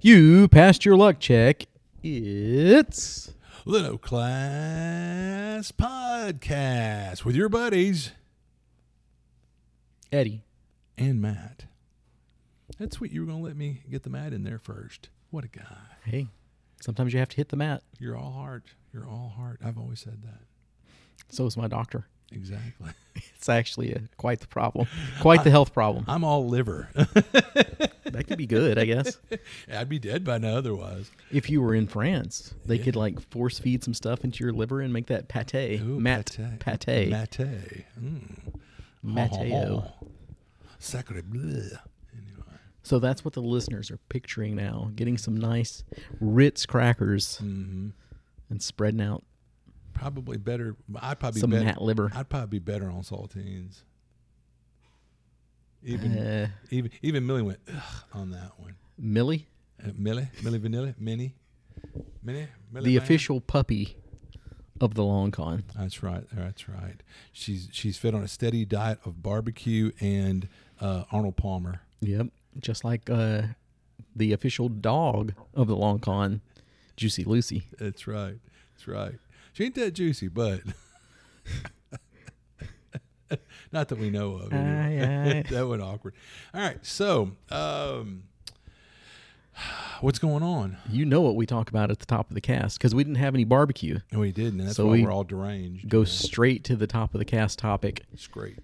You passed your luck check. It's Little Class Podcast with your buddies Eddie. and Matt. That's what you were going to let me get the Matt in there first. What a guy. Hey, sometimes you have to hit the mat. You're all heart. You're all heart. I've always said that. So is my doctor. Exactly. It's actually a, quite the problem, quite the health problem. I'm all liver. That could be good, I guess. I'd be dead by now otherwise. If you were in France, they could like force feed some stuff into your liver and make that pate, Ooh, mat pate, Mate. Mm. mateo. Sacre bleu. Anyway. So that's what the listeners are picturing now: getting some nice Ritz crackers hmm and spreading out Probably better. I'd probably some be better. mat liver. I'd probably be better on saltines. Even Uh, even even Millie went Ugh, on that one. Millie, Uh, Millie, Millie Vanilla, Minnie, Minnie, Millie. the Van- official puppy of the long con. That's right. That's right. She's she's fed on a steady diet of barbecue and uh, Arnold Palmer. Yep. Just like uh, the official dog of the long con, Juicy Lucy. That's right. That's right. She ain't that juicy, but not that we know of. anyway. Aye, that went awkward. All right. So, um, what's going on? You know what we talk about at the top of the cast because we didn't have any barbecue. And we did, and that's So why we we are all deranged. Go straight to the top of the cast topic It's great.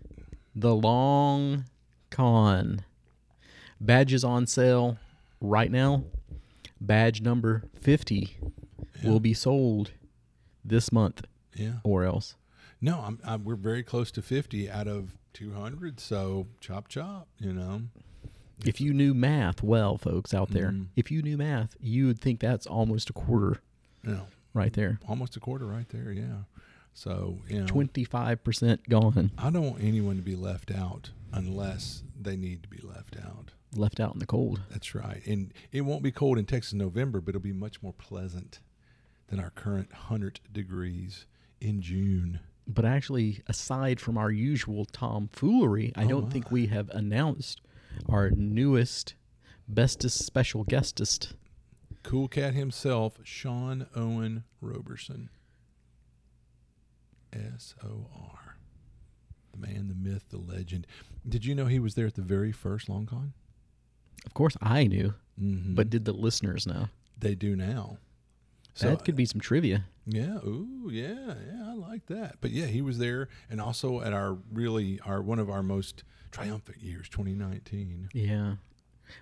the long con. Badges on sale right now. Badge number 50 will be sold this month Yeah. or else. No, I'm, I'm, we're very close to 50 out of 200. So chop, chop, you know. If you knew math well, folks out there, if you knew math, you would think that's almost a quarter You know, right there. almost a quarter right there. Yeah. So, you know, 25% gone, I don't want anyone to be left out unless they need to be left out. left out in the cold. That's right. And it won't be cold in Texas in November, but it'll be much more pleasant than our current 100 degrees in June. But actually, aside from our usual tomfoolery, I don't think we have announced our newest, bestest special guestest. Cool cat himself, Sean Owen Roberson. S O R. The man, the myth, the legend. Did you know he was there at the very first Long Con? Of course, I knew, Mm-hmm. but did the listeners know? They do now. uh, that could be some trivia. Yeah. Ooh, yeah, yeah. I like that. But yeah, he was there, and also at our really our one of our most triumphant years, 2019. Yeah.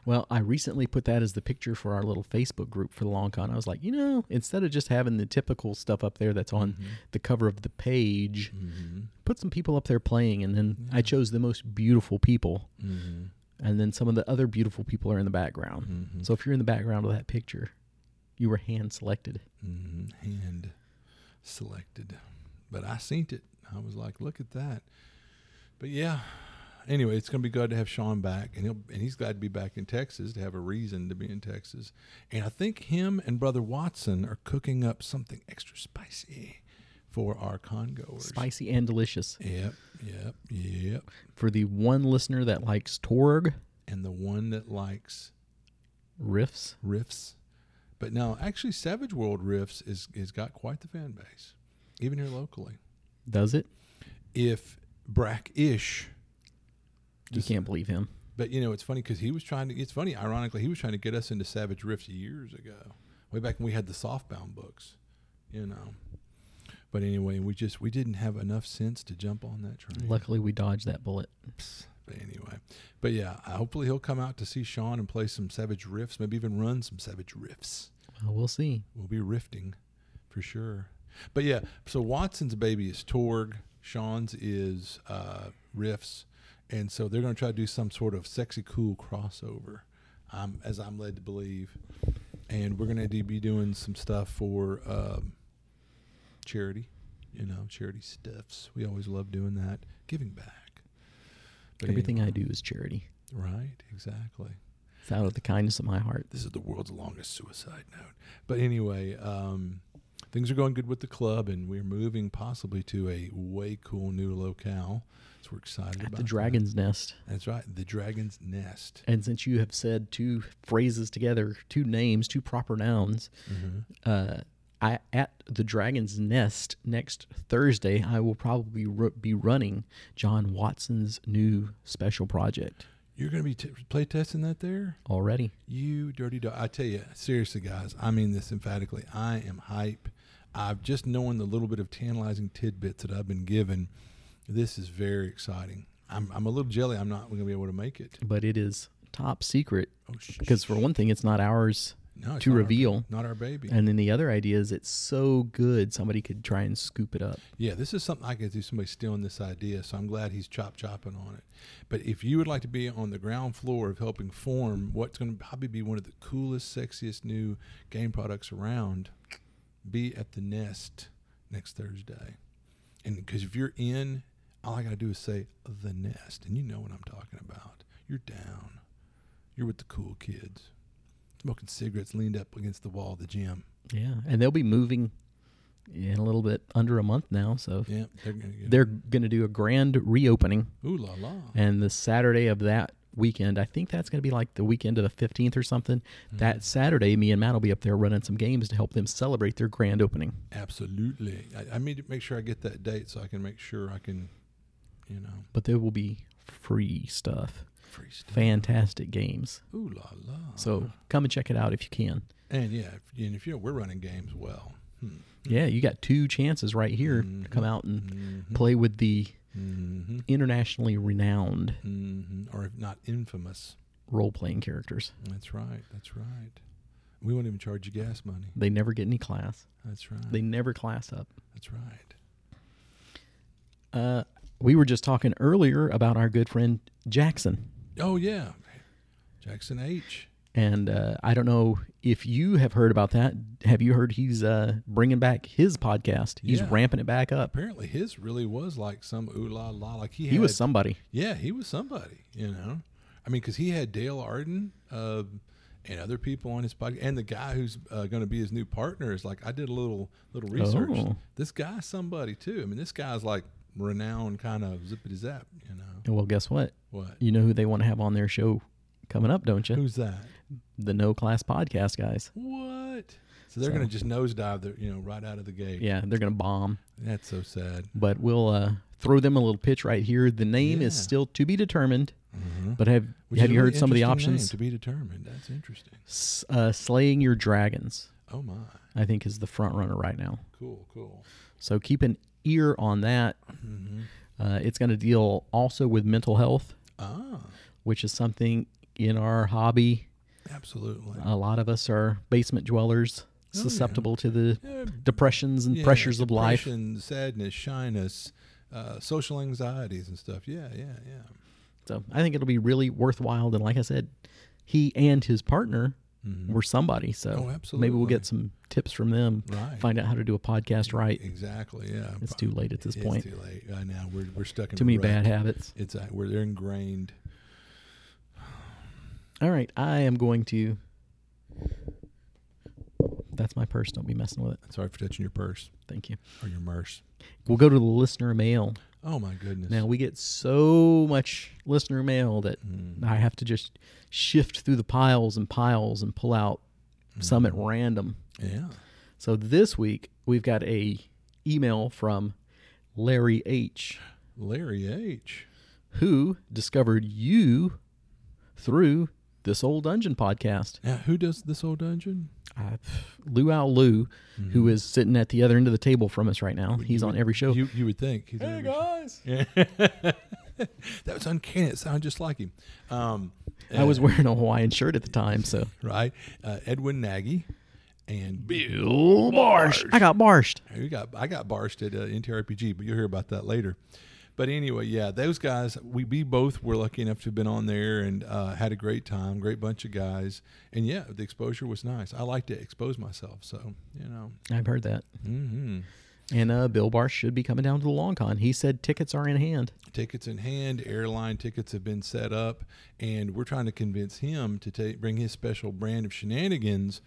Well, I recently put that as the picture for our little Facebook group for the long con. I was like, you know, instead of just having the typical stuff up there that's on the cover of the page, Mm-hmm. put some people up there playing, and then I chose the most beautiful people, Mm-hmm. and then some of the other beautiful people are in the background. So if you're in the background of that picture, you were hand selected. mm Hand selected. But I seen it. I was like, look at that. But yeah. Anyway, it's gonna be good to have Sean back, and he'll and he's glad to be back in Texas to have a reason to be in Texas. And I think him and brother Watson are cooking up something extra spicy for our congoers. Spicy and delicious. Yep, yep, yep. For the one listener that likes Torg And the one that likes riffs, riffs, but no, actually, Savage World riffs is is got quite the fan base, even here locally. does it? If Brack ish You can't believe him. But you know, it's funny because he was trying to. It's funny, ironically, he was trying to get us into Savage Rift years ago, way back when we had the softbound books, you know. But anyway, we just we didn't have enough sense to jump on that train. Luckily, we dodged that bullet. But anyway, but yeah, I- hopefully he'll come out to see Sean and play some Savage Rifts, maybe even run some Savage Rifts. Well, we'll see. We'll be rifting for sure. But yeah, so Watson's baby is Torg, Sean's is uh, Riffs, and so they're going to try to do some sort of sexy cool crossover, um, as I'm led to believe. And we're going to be doing some stuff for um, charity, you know, charity stuffs. We always love doing that, giving back. But Everything I do is charity. anyway, right? Exactly. It's out of the kindness of my heart. This is the world's longest suicide note. But anyway, um, things are going good with the club, and we're moving possibly to a way cool new locale. So we're excited At about the that. Dragon's Nest. That's right, the Dragon's Nest. And since you have said two phrases together, two names, two proper nouns, Mm-hmm. uh, I at the Dragon's Nest next Thursday, I will probably ru- be running John Watson's new special project You're going to be t- play testing that there. already. You dirty dog. I tell you, seriously, guys, I mean this emphatically. I am hype. I've just known the little bit of tantalizing tidbits that I've been given. This is very exciting. I'm, I'm a little jelly. I'm not going to be able to make it. But it is top secret Oh, sh- because, for one thing, it's not ours no, it's to not our- reveal. not our baby. And then the other idea is it's so good, somebody could try and scoop it up. Yeah, this is something I can see somebody stealing this idea, so I'm glad he's chop chopping on it. But if you would like to be on the ground floor of helping form what's going to probably be one of the coolest, sexiest new game products around, be at the Nest next Thursday. And because if you're in, all I got to do is say the Nest, and you know what I'm talking about. You're down. You're with the cool kids, smoking cigarettes, leaned up against the wall of the gym. Yeah. And they'll be moving in a little bit under a month now. So Yeah, they're going to get. they're going to do a grand reopening. Ooh la la. And the Saturday of that weekend, I think that's going to be like the weekend of the 15th or something. That Saturday, me and Matt will be up there running some games to help them celebrate their grand opening. Absolutely. I, I need to make sure I get that date so I can make sure I can, you know, But there will be free stuff, free stuff. fantastic games. Ooh la la. So come and check it out if you can. and yeah, if, and if you know, we're running games well. Hmm. Yeah, you got two chances right here to come out and play with the Mm-hmm. internationally renowned Mm-hmm. Or if not infamous. role playing characters. That's right. That's right. We won't even charge you gas money. They never get any class, That's right. they never class up. That's right. Uh, we were just talking earlier about our good friend Jackson. Oh yeah, Jackson H. And uh, I don't know if you have heard about that. Have you heard he's uh, bringing back his podcast? He's Yeah. ramping it back up. Apparently, his really was like some ooh la la. Like he He was had- somebody. Yeah, he was somebody, you know. I mean, because he had Dale Arden uh, and other people on his podcast, and the guy who's uh, going to be his new partner is like, I did a little little research. Oh. This guy's somebody too. I mean, this guy's like renowned, kind of zippity zap, you know. And well, guess what? What? You know who they want to have on their show coming up, don't you? Who's that? The No Class Podcast guys. What? So they're going to just nosedive, the, you know, right out of the gate. Yeah, they're going to bomb. That's so sad. But we'll uh, throw them a little pitch right here. The name is Yeah. still to be determined. Mhm. But have Which Mm-hmm. have is a you really heard some of the interesting name options? to be determined? That's interesting. S- uh, Slaying Your Dragons, Oh my, I think, is the front runner right now. cool, cool. So keep an ear on that. Uh, it's going to deal also with mental health, Ah, which is something in our hobby. absolutely. A lot of us are basement dwellers, susceptible to the Yeah, depressions and Oh, Yeah, pressures of life. depression, sadness, shyness, uh, social anxieties, and stuff. Yeah, yeah, yeah. So I think it'll be really worthwhile. And like I said, he and his partner were somebody. So Mm-hmm. Oh, maybe we'll absolutely. get some tips from them, Right. find out how to do a podcast right. Exactly. Yeah. It's too late at this point. It's too late. I know we're we're stuck in Too a many rut. bad habits. It's uh, we're they're ingrained. All right, I am going to. That's my purse. Don't be messing with it. Sorry for touching your purse Thank you. or your merce. We'll go to the listener mail. Oh my goodness. Now we get so much listener mail that Mm-hmm. I have to just shift through the piles and piles and pull out some Mm-hmm. at random. yeah. So this week we've got a email from Larry H, Larry H. who discovered you through this old dungeon podcast. Now who does this old dungeon? uh, Luau Lou, who is sitting at the other end of the table from us right now. He's on every show. Mm-hmm. You you would think. He's hey guys. That was uncanny. It sounded just like him. Um, I was wearing a Hawaiian shirt at the time, so right. Uh, Edwin Nagy and Bill Barshed. I got barshed. We got I got barshed at uh, NTRPG, but you'll hear about that later. But anyway, yeah, those guys, we, we both were lucky enough to have been on there and uh, had a great time, great bunch of guys. And yeah, the exposure was nice. I like to expose myself. So, you know, I've heard that. hmm And uh, Bill Barsh should be coming down to the long con. He said tickets are in hand. tickets in hand, airline tickets have been set up, and we're trying to convince him to take, bring his special brand of shenanigans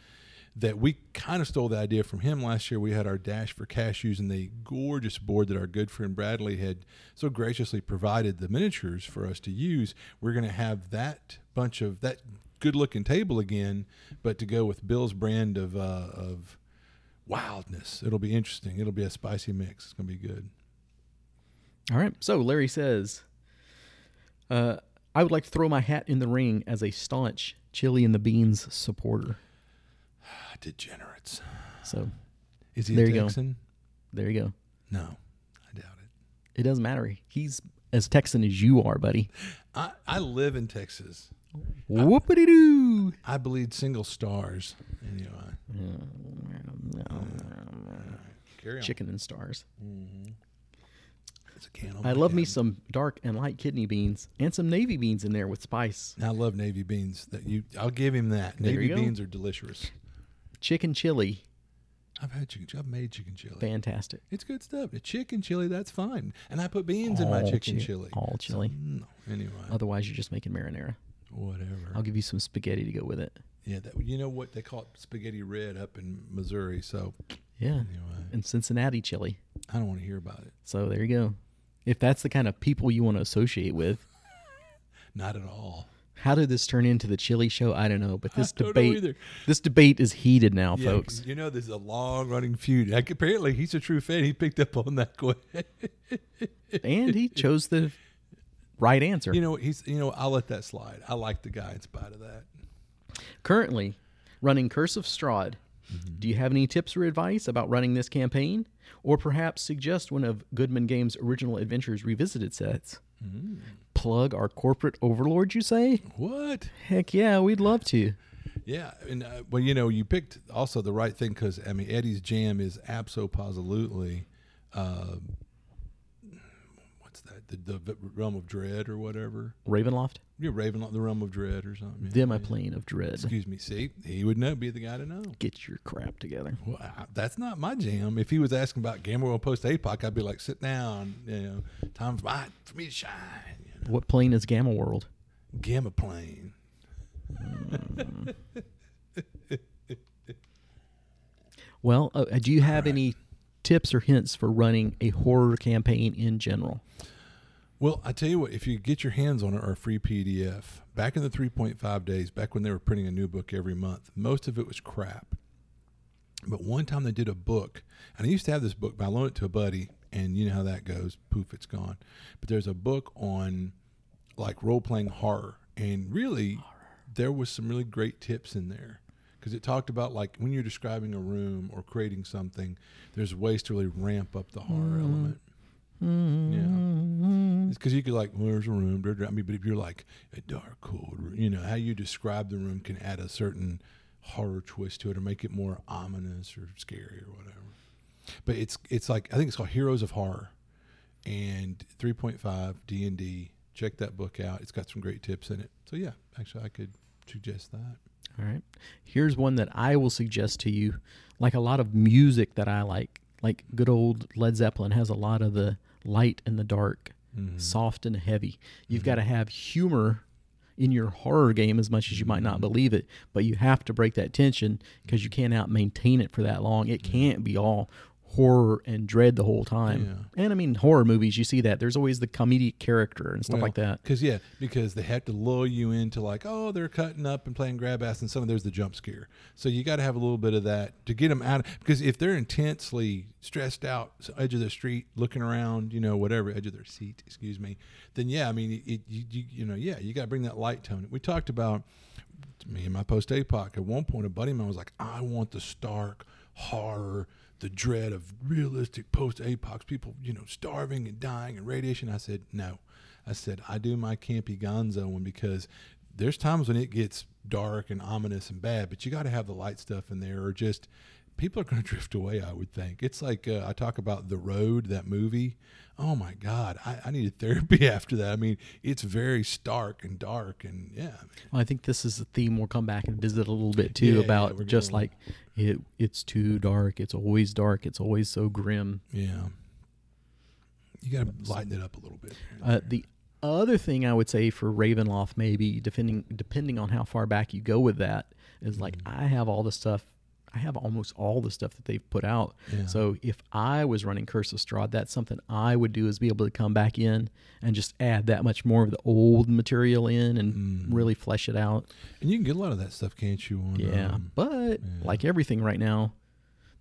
that we kind of stole the idea from him last year. We had our Dash for Cashews and the gorgeous board that our good friend Bradley had so graciously provided the miniatures for us to use. We're going to have that bunch of that good looking table again, but to go with Bill's brand of, uh, of wildness. It'll be interesting. It'll be a spicy mix. It's going to be good. All right. So Larry says, uh, I would like to throw my hat in the ring as a staunch chili and the beans supporter. Degenerates. So Is he There a you go. Texan? there you go. No, I doubt it. It doesn't matter. He's as Texan as you are, buddy. I, I live in Texas. Whoopity doo. I bleed single stars. Anyway, Mm, carry on. Chicken and stars. It's a can on I my love me head. some dark and light kidney beans and some navy beans in there with spice. I love navy beans. That you, I'll give him that. Navy you go. beans are delicious. Chicken chili. I've had chicken. I've made chicken chili. Fantastic. It's good stuff. The chicken chili, that's fine. And I put beans in my chicken chi- chili. All chili. No, anyway, Otherwise, you're just making marinara. whatever. I'll give you some spaghetti to go with it. yeah, that, you know what they call it spaghetti red up in Missouri. So Yeah. anyway, And Cincinnati chili. I don't want to hear about it. So there you go. If that's the kind of people you want to associate with, Not at all. how did this turn into the chili show? I don't know, but this don't know debate either. this debate is heated now, Yeah, folks. You know, there's a long running feud. Like, apparently, he's a true fan. He picked up on that quick. And he chose the right answer. you know, he's. You know, I'll let that slide. I like the guy in spite of that. Currently running Curse of Strahd. Mm-hmm. Do you have any tips or advice about running this campaign? Or perhaps suggest one of Goodman Games' original Adventures Revisited sets? Mm. Plug our corporate overlord, you say? What? Heck yeah, we'd love to. Yeah, and uh, well, you know, you picked also the right thing because I mean, Eddie's jam is absolutely. Uh, what's that? The, the realm of dread or whatever. Ravenloft, You're Ravenlock, the realm of dread or something. yeah. then my plane of dread. Excuse me. See, he would know. Be the guy to know. Get your crap together. Well, I, that's not my jam. If he was asking about Gamberwell Post APOC, I'd be like, sit down. You know, time's right for me to shine. You know, What plane is Gamma World? Gamma plane. Well, uh, do you have any tips or hints for running a horror campaign in general? Well, I tell you what, if you get your hands on it or a free PDF, back in the 3.5 days, back when they were printing a new book every month, most of it was crap. But one time they did a book, and I used to have this book, but I loaned it to a buddy, and you know how that goes. Poof, it's gone. But there's a book on like role playing horror, and really, there was some really great tips in there because it talked about like when you're describing a room or creating something, there's ways to really ramp up the horror element. Yeah, it's because you could like, well, there's a room. blah, blah, I mean, but if you're like a dark, cold, room, you know, how you describe the room can add a certain horror twist to it or make it more ominous or scary or whatever. But it's it's like I think it's called Heroes of Horror, and 3.5 D and D. Check that book out. It's got some great tips in it. So yeah, actually, I could suggest that. All right. Here's one that I will suggest to you. Like a lot of music that I like, like good old Led Zeppelin has a lot of the light and the dark, Mm-hmm. soft and heavy. You've got to have humor in your horror game as much as you might not Mm-hmm. believe it, but you have to break that tension because you can't out maintain it for that long. Mm-hmm. It can't be all horror and dread the whole time. And I mean horror movies, you see that there's always the comedic character and stuff like that. Because yeah, because they have to lull you into like, oh, they're cutting up and playing grab ass, and some of there's the jump scare. So you got to have a little bit of that to get them out. Because if they're intensely stressed out, so edge of the street, looking around, you know, whatever, edge of their seat, excuse me, then yeah, I mean, it, you, you you know, yeah, you got to bring that light tone. We talked about me and my post APOC. At one point, a buddy of mine was like, I want the stark horror, the dread of realistic post APOCs, people, you know, starving and dying and radiation. I said, no. I said, I do my campy gonzo one because there's times when it gets dark and ominous and bad, but you got to have the light stuff in there or just. People are going to drift away, I would think. It's like uh, I talk about The Road, that movie. Oh my God, I, I needed therapy after that. I mean, it's very stark and dark, and yeah, Well, I think this is a theme we'll come back and visit a little bit too Yeah, yeah, about we're just gonna- like it, it's too dark. It's always dark. It's always so grim. Yeah. You got to lighten it up a little bit. Uh, the other thing I would say for Ravenloft, Mm-hmm. maybe depending depending on how far back you go with that, is like I have all the stuff. I have almost all the stuff that they've put out. Yeah. So if I was running Curse of Strahd, that's something I would do is be able to come back in and just add that much more of the old material in and Mm-hmm. really flesh it out. Mm. And you can get a lot of that stuff, can't you? On, Yeah. um, but like everything right now,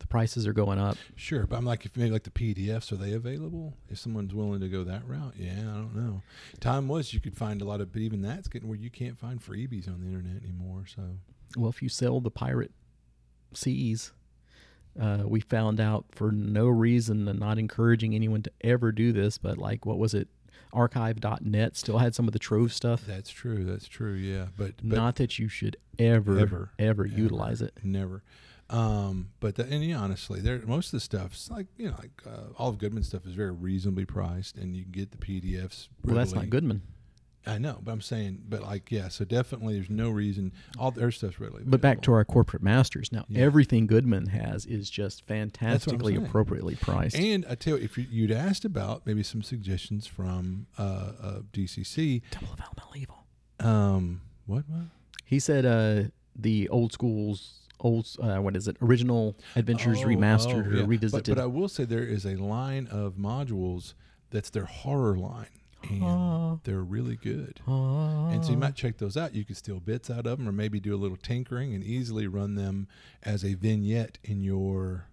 the prices are going up. sure. But I'm like, if maybe like the PDFs, are they available? If someone's willing to go that route, yeah, I don't know. Time was you could find a lot of, but even that's getting where you can't find freebies on the internet anymore. So Well, if you sell the pirate seas, uh, we found out for no reason and not encouraging anyone to ever do this, but like, what was it? Archive.net still had some of the Trove stuff. that's true. That's true. Yeah. But, but not that you should ever, Ever. ever, utilize it. Never. Um, but the, and yeah, honestly, there most of the stuff's like you know, like uh, all of Goodman stuff is very reasonably priced, and you can get the PDFs. Well, that's readily. not Goodman. I know, but I'm saying, but like yeah, so definitely, there's no reason all their stuff's readily. But back to available. our corporate masters. Now, Yeah. everything Goodman has is just fantastically saying. appropriately priced. And I tell you, if you, you'd asked about maybe some suggestions from uh, uh, DCC, Temple of Elemental Evil. um, what, what? He said uh, the old school's old uh, what is it? Original Adventures Oh, remastered oh, or yeah. But- revisited. But, I will say there is a line of modules that's their horror line, and Oh. they're really good. And so you might check those out. You could steal bits out of them, or maybe do a little tinkering and easily run them as a vignette in your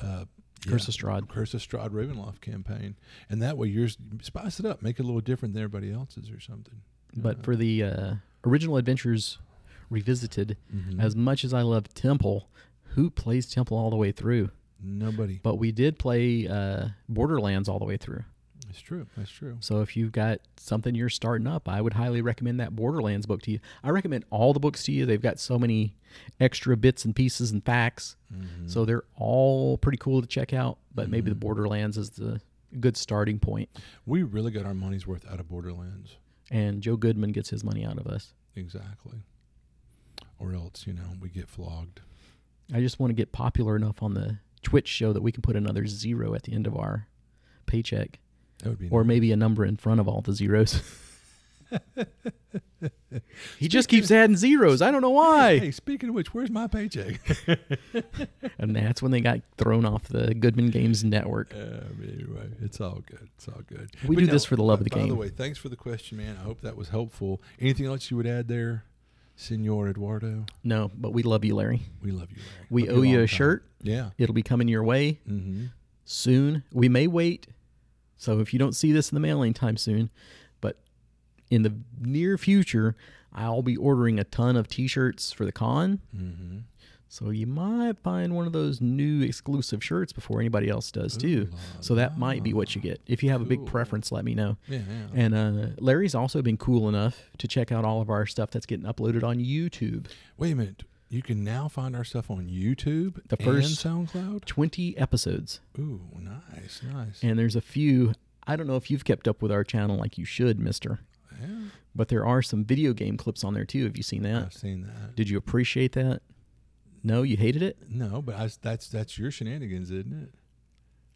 uh, yeah, Curse of Strahd. Curse of Strahd Ravenloft campaign, and that way yours spice it up, make it a little different than everybody else's or something. But for the uh, original Adventures revisited, Mm-hmm. as much as I love Temple, who plays Temple all the way through? Nobody. But we did play uh, Borderlands all the way through. It's true. That's true. So if you've got something you're starting up, I would highly recommend that Borderlands book to you. I recommend all the books to you. They've got so many extra bits and pieces and facts. Mm-hmm. So they're all pretty cool to check out, but maybe the Borderlands is the good starting point. We really got our money's worth out of Borderlands. And Joe Goodman gets his money out of us. Exactly. Or else, you know, we get flogged. I just want to get popular enough on the Twitch show that we can put another zero at the end of our paycheck That would be or maybe a number in front of all the zeros. he just keeps adding zeros. I don't know why. Hey, speaking of which, where's my paycheck? And that's when they got thrown off the Goodman Games network. Uh, anyway, it's all good. It's all good. We do this for the love of the By the game. way, thanks for the question, man. I hope that was helpful. Anything else you would add there, Senor Eduardo? No, but we love you, Larry. We love you. Larry. We Love owe you long a time. shirt. Yeah. It'll be coming your way Mm-hmm. soon. We may wait. So if you don't see this in the mail anytime soon, but in the near future, I'll be ordering a ton of t shirts for the con. Mm-hmm. So you might find one of those new exclusive shirts before anybody else does too. So that might be what you get. If you have a big preference, let me know. Yeah. yeah. And uh, Larry's also been cool enough to check out all of our stuff that's getting uploaded on YouTube. Wait a minute. You can now find our stuff on YouTube The first- and SoundCloud. 20 episodes. Ooh, nice, nice. And there's a few. I don't know if you've kept up with our channel like you should, mister, yeah, but there are some video game clips on there too. Have you seen that? I've seen that. Did you appreciate that? No, you hated it? No, but I, was- that's that's your shenanigans, isn't it?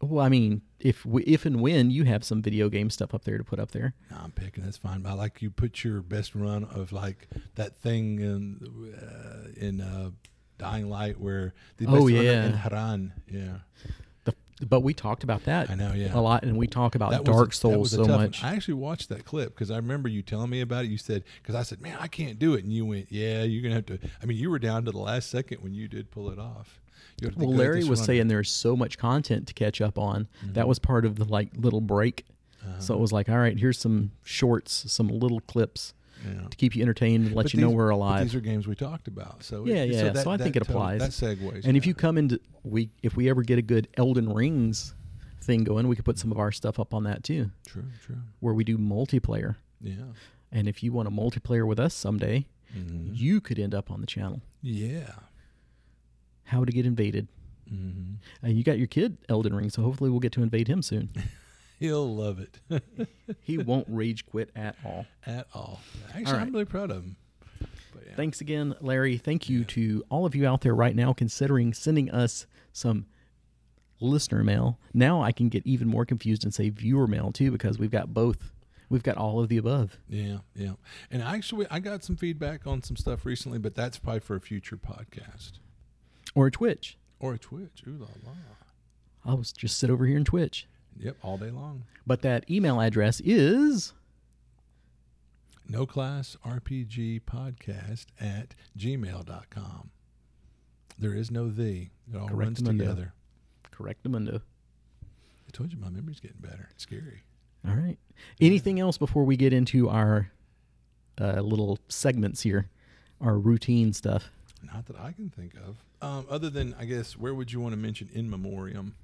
Well, I mean, if we, if and when you have some video game stuff up there to put up there. No, I'm picking. That's fine. But I like you put your best run of like that thing in uh, in uh, Dying Light where the best Oh, run of- yeah. in Haran. Yeah, The, but we talked about that I know. Yeah, a lot, and we talk about That was- Dark that Souls was a so tough one. much. I actually watched that clip because I remember you telling me about it. You said because I said, "Man, I can't do it," and you went, "Yeah, you're gonna have to." I mean, you were down to the last second when you did pull it off. You have to Well, go at Larry this Mm-hmm. was run. saying there's so much content to catch up on. That was part of the like little break. Uh-huh. So it was like, all right, here's some shorts, some little clips Yeah. to keep you entertained and let But you know these- we're but alive. These are games we talked about, so Yeah, yeah. So, I think it total- applies. that segues. And if yeah. you come into we, if we ever get a good Elden Rings thing going, we could put some of our stuff up on that too, true, true, where we do multiplayer. yeah. And if you want to multiplayer with us someday, Mhm. you could end up on the channel. Yeah. How to get invaded? Mm-hmm. And you got your kid Elden Ring, so hopefully we'll get to invade him soon. He'll love it he won't rage quit at all. at all. Actually, All I'm right. really proud of him. But yeah. Thanks again, Larry. Thank you to all of you out there right now considering sending us some listener mail. Now I can get even more confused and say viewer mail too because we've got both. We've got all of the above. Yeah, yeah. And actually, I got some feedback on some stuff recently, but that's probably for a future podcast Or a Twitch. or a Twitch. Ooh la la. I'll s- just sit over here and Twitch. Yep, all day long. But that email address is No class RPG podcast at gmail.com. There is no the. It all runs Correctamundo. together. correctamundo. I told you my memory's getting better. It's scary. All right. Anything else before we get into our uh, little segments here, our routine stuff? Not that I can think of. Um, other than, I guess, where would you want to mention in memoriam?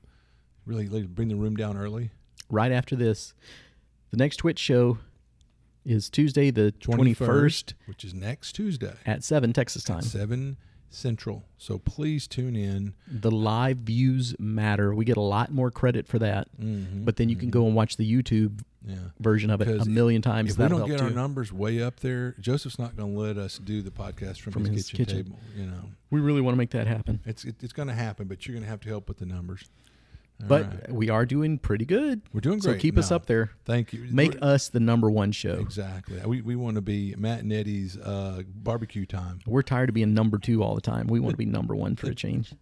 Really, like, bring the room down early. Right after this, the next Twitch show is Tuesday, the 21st which is next Tuesday, at 7 Texas time. seven central. So please tune in. The live views matter. We get a lot more credit for that. Mhm. But then you can go and watch the YouTube Yeah. version of it a Because million times. if we That'll don't get help our too. numbers way up there, Joseph's not going to let us do the podcast from, From his, his kitchen, kitchen. table. You know, we really want to make that happen. it's it, it's going to happen, but you're going to have to help with the numbers. All but right. we are doing pretty good. we're doing So great. keep us No, up there. Thank you. Make We're- us the number one show. exactly. We we want to be Matt and Eddie's uh, barbecue time. We're tired of being number two all the time. We want to be number one for a change.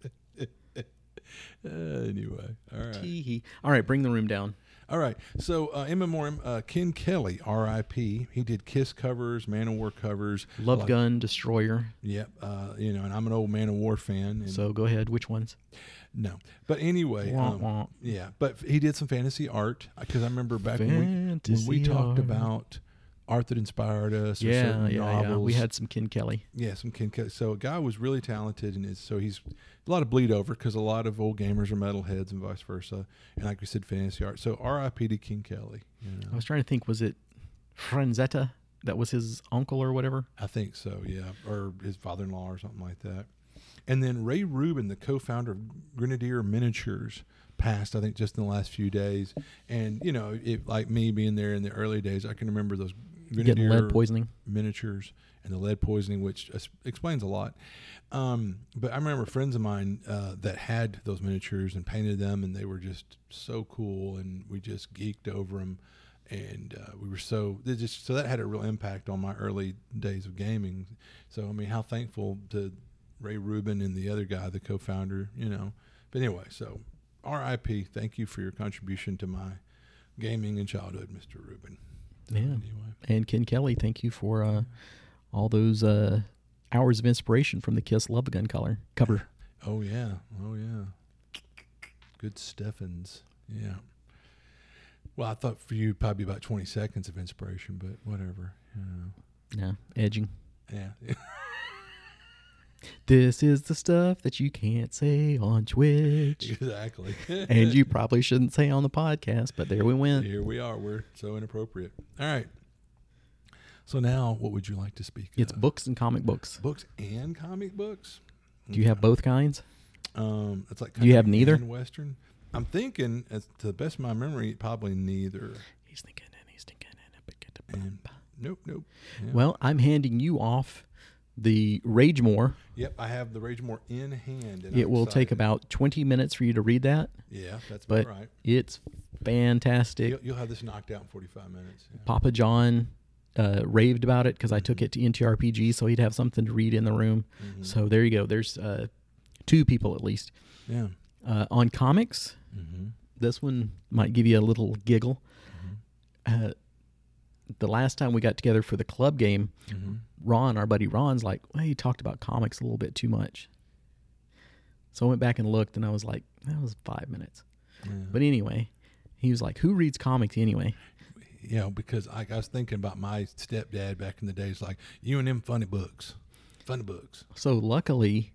Uh, anyway, all right. Tee hee. All right, bring the room down. All right. So, uh, in memoriam, uh, Ken Kelly, R.I.P. He did Kiss covers, Man of War covers. Love like- Gun, Destroyer. Yep. Uh, you know, and I'm an old Man of War fan. And So go ahead. Which ones? no, but anyway, Wah, um, wah. yeah. But he did some fantasy art because I remember back when we, when we Fantasy talked art. about art that inspired us. or Yeah, certain yeah, novels. yeah. We had some Ken Kelly. Yeah, some Ken Kelly. So a guy was really talented, and it's, so he's a lot of bleed over because a lot of old gamers are metalheads and vice versa. And like we said, fantasy art. So R.I.P. to King Kelly. You know? I was trying to think. Was it Franzetta? That was his uncle or whatever. I think so, yeah, or his father-in-law or something like that. And then Ray Rubin, the co-founder of Grenadier Miniatures, passed. I think just in the last few days. And you know, it, like me being there in the early days, I can remember those Getting Grenadier lead poisoning. miniatures and the lead poisoning, which es- explains a lot. Um, but I remember friends of mine uh, that had those miniatures and painted them, and they were just so cool, and we just geeked over them. And uh, we were so they just so that had a real impact on my early days of gaming. So I mean, how thankful to Ray Rubin and the other guy, the co-founder, you know. But anyway, so R.I.P. Thank you for your contribution to my gaming and childhood, Mr. Rubin. Yeah. Anyway. And Ken Kelly, thank you for uh, all those uh, hours of inspiration from the Kiss Love Gun color cover. Oh yeah, oh yeah. Good Steffens. Yeah. Well, I thought for you probably about twenty seconds of inspiration, but whatever. You Yeah, edging. know. Yeah. This is the stuff that you can't say on Twitch. exactly. and you probably shouldn't say on the podcast, but there we went. Here we are. We're so inappropriate. All right. So now, what would you like to speak? It's of? books and comic books. books and comic books. Do you have both kinds? Um, it's like Do you have country neither? and Western. I'm thinking, as to the best of my memory, probably neither. He's thinking and he's thinking and a big- And nope, nope. Yeah. Well, I'm handing you off the Rage More. Yep, I have the Rage More in hand. And It I'm will take excited. about 20 minutes for you to read that, Yeah, that's about but right. it's fantastic. You'll, you'll have this knocked out in 45 minutes. Yeah. Papa John uh, raved about it because I took it to NTRPG so he'd have something to read in the room. Mm-hmm. So there you go. There's uh, two people at least. Yeah. Uh, on comics, Mm-hmm. this one might give you a little giggle. Uh, the last time we got together for the club game, Ron, our buddy Ron's like, well, he talked about comics a little bit too much. So I went back and looked and I was like, that was five minutes. But anyway, he was like, who reads comics anyway? You know, because I, I was thinking about my stepdad back in the days, like you and them funny books, funny books. So luckily,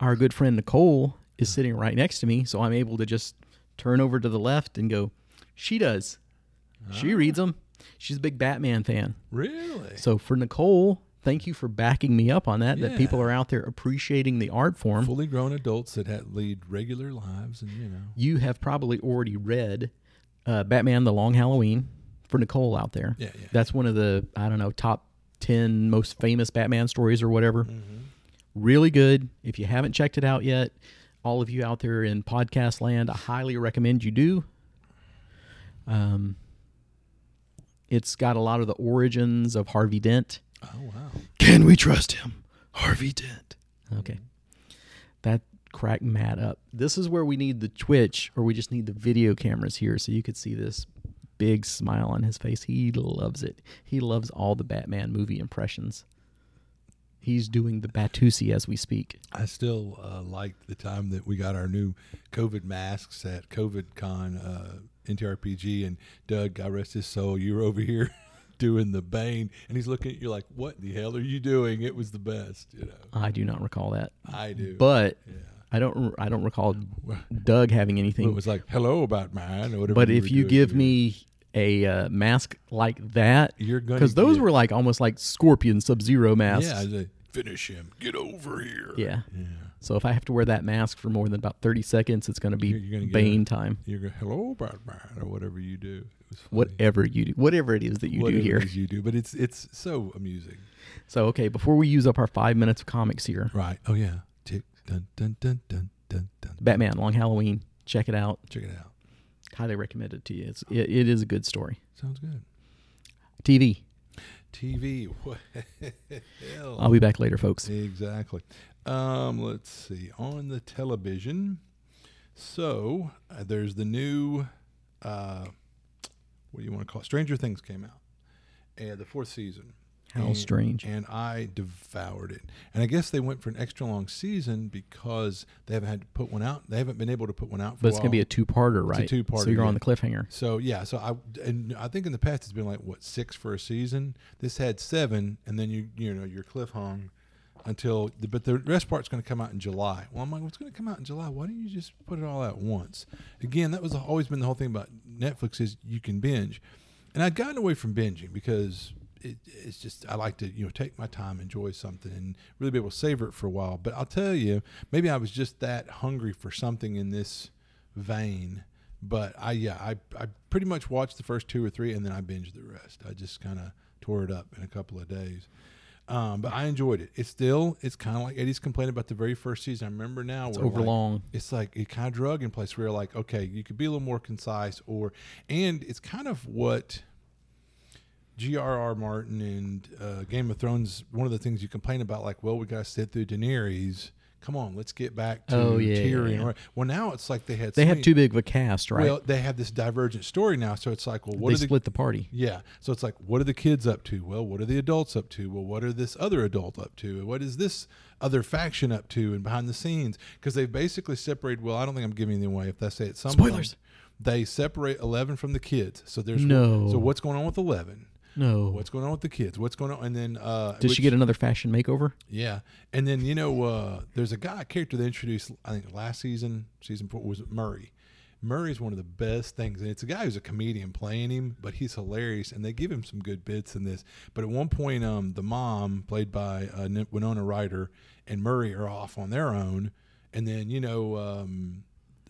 our good friend Nicole is sitting right next to me. So I'm able to just turn over to the left and go, she does. She reads them. She's a big Batman fan. Really? So for Nicole, thank you for backing me up on that. That Yeah. people are out there appreciating the art form. Fully grown adults that had, lead regular lives, and you know, You have probably already read uh, Batman: The Long Halloween for Nicole out there. Yeah, yeah. That's one of the I don't know top ten most famous Batman stories or whatever. Really good. If you haven't checked it out yet, all of you out there in podcast land, I highly recommend you do. Um, It's got a lot of the origins of Harvey Dent. Oh wow. Can we trust him? Harvey Dent. Okay. That cracked Matt up. This is where we need the Twitch or we just need the video cameras here so you could see this big smile on his face. He loves it. He loves all the Batman movie impressions. He's doing the Batusi as we speak. I still uh, liked the time that we got our new COVID masks at COVID Con uh, NTRPG, and Doug, God rest his soul, you were over here doing the Bane, and he's looking at you like, "What the hell are you doing?" It was the best, you know. I do not recall that. I do, But yeah. I don't I don't recall Doug having anything it was like, "Hello about mine," or whatever. But we if were you doing give here. me a uh, mask like that, You're gonna because those get- were like almost like Scorpion Sub Zero masks. yeah, I say, finish him, get over here. Yeah. So if I have to wear that mask for more than about thirty seconds, it's going to be You're- you're gonna get Bane time. You're going, "Hello about mine," or whatever you do. It was funny. Whatever you do, whatever it is that you Whatever do it here. is you do, but it's it's so amusing. So okay, before we use up our five minutes of comics here, Right. Oh yeah. Tick dun dun dun dun dun dun. Batman Long Halloween, check it out. Check it out. Highly recommend it to you. It's, it, it is a good story. Sounds good. TV. TV. What the hell? I'll be back later, folks. Exactly. Um, let's see. On the television, so uh, there's the new, uh, what do you want to call it? Stranger Things came out, and the fourth season. How And- strange. And I devoured it. And I guess they went for an extra long season because they haven't had to put one out. They haven't been able to put one out for But a it's going to be while. a two-parter, It's right? a two-parter, So you're on yeah. the cliffhanger. So yeah, so I and I think in the past it's been like what six for a season. This had seven, and then you you know you're cliff hung until but the rest part's going to come out in July. Well, I'm like, what's going to come out in July? Why don't you just put it all out once? Again, that was always been the whole thing about Netflix is you can binge, and I'd gotten away from binging because. It, it's just I like to you know take my time, enjoy something, and really be able to savor it for a while. But I'll tell you, maybe I was just that hungry for something in this vein but I yeah I, I pretty much watched the first two or three and then I binged the rest. I just kind of tore it up in a couple of days. Um, but I enjoyed it. It's still it's kind of like Eddie's complained about the very first season. I remember now it's over long. It's like it kind of drug in place where you're like okay you could be a little more concise or and it's kind of what G.R.R. Martin and uh, Game of Thrones. One of the things you complain about like well we got to sit through Daenerys. Come on, let's get back to Oh, yeah, yeah, Tyrion. yeah. Well, now it's like they had They so have many- too big of a cast, right? well, they have this divergent story now, so it's like, well, what they are the split the party. yeah? So it's like, what are the kids up to? Well, what are the adults up to? Well, what are this other adult up to? And What is this other faction up to? And behind the scenes, because they've basically separated. Well, I don't think I'm giving anything away if I say it. Some point, Spoilers. they separate eleven from the kids. So there's No. So what's going on with eleven? No. What's going on with the kids? What's going on? And then uh, Did which- she get another fashion makeover? yeah, and then you know, uh, there's a guy a character they introduced. I think last season, season four was Murray. Murray's one of the best things, and it's a guy who's a comedian playing him, but he's hilarious, and they give him some good bits in this. But at one point, um, the mom, played by uh, Nin- Winona Ryder, and Murray are off on their own, and then you know, um,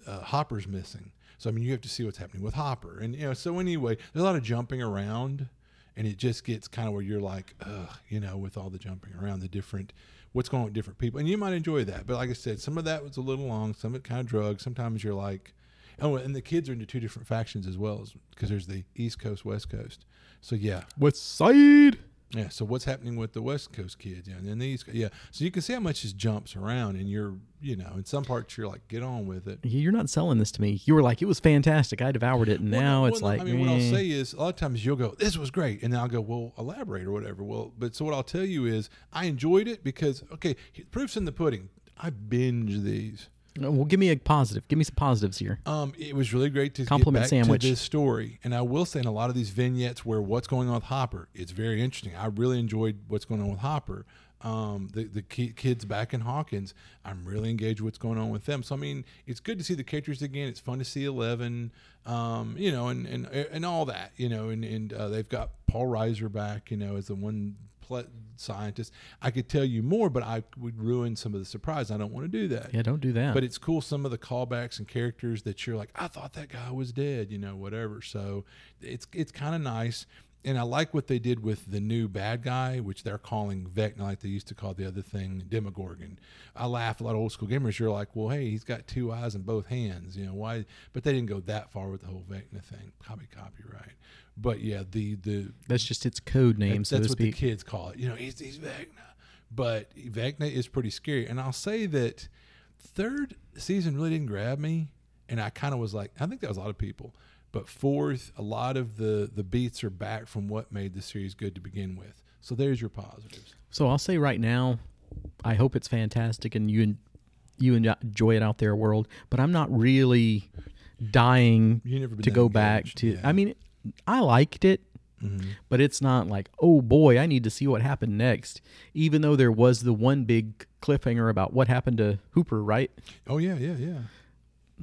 uh, Hopper's missing. So I mean, you have to see what's happening with Hopper, and you know. So anyway, there's a lot of jumping around, and it just gets kind of where you're like, ugh, you know, with all the jumping around, the different, what's going on with different people, and you might enjoy that. But like I said, some of that was a little long, some of it kind of drug. Sometimes you're like, oh, and the kids are into two different factions as well, because there's the East Coast, West Coast. So yeah, What side? yeah. So what's happening with the West Coast kids? Yeah, and then these, yeah. So you can see how much this jumps around, and you're, you know, in some parts you're like, get on with it. You're not selling this to me. You were like, it was fantastic. I devoured it, and Well, now no, it's well, no, like, I mean, what I'll eh. say is a lot of times you'll go, "This was great," and then I'll go, "Well, elaborate or whatever." Well, but so what I'll tell you is, I enjoyed it because okay, proof's in the pudding. I binge these. No, well, give me a positive. Give me some positives here. Um, it was really great to Compliment get back sandwich. to this story, and I will say in a lot of these vignettes where what's going on with Hopper, it's very interesting. I really enjoyed what's going on with Hopper. Um, the the ki- kids back in Hawkins, I'm really engaged with what's going on with them. So I mean, it's good to see the characters again. It's fun to see Eleven, um, you know, and and and all that, you know, and and uh, they've got Paul Reiser back, you know, as the one pl- scientist. I could tell you more, but I would ruin some of the surprise. I don't want to do that. Yeah, don't do that. But it's cool some of the callbacks and characters that you're like, I thought that guy was dead, you know, whatever. So it's it's kind of nice. and I like what they did with the new bad guy, which they're calling Vecna, like they used to call the other thing Demogorgon. I laugh a lot of old school gamers. You're like, well, hey, he's got two eyes and both hands, you know why? But they didn't go that far with the whole Vecna thing. Copy copyright. But yeah, the the That's just its code name, that's, so that's to what the speak. kids call it. You know, he's, he's Vecna. But Vecna is pretty scary. And I'll say that third season really didn't grab me. And I kind of was like, I think that was a lot of people. But fourth, a lot of the, the beats are back from what made the series good to begin with. So there's your positives. So I'll say right now, I hope it's fantastic and you en- you en- enjoy it out there, world. But I'm not really dying You never been to that go back engaged, to. yeah. Mm-hmm. I mean, I liked it, but it's not like oh boy, I need to see what happened next. Even though there was the one big cliffhanger about what happened to Hooper, right? Oh, yeah, yeah, yeah.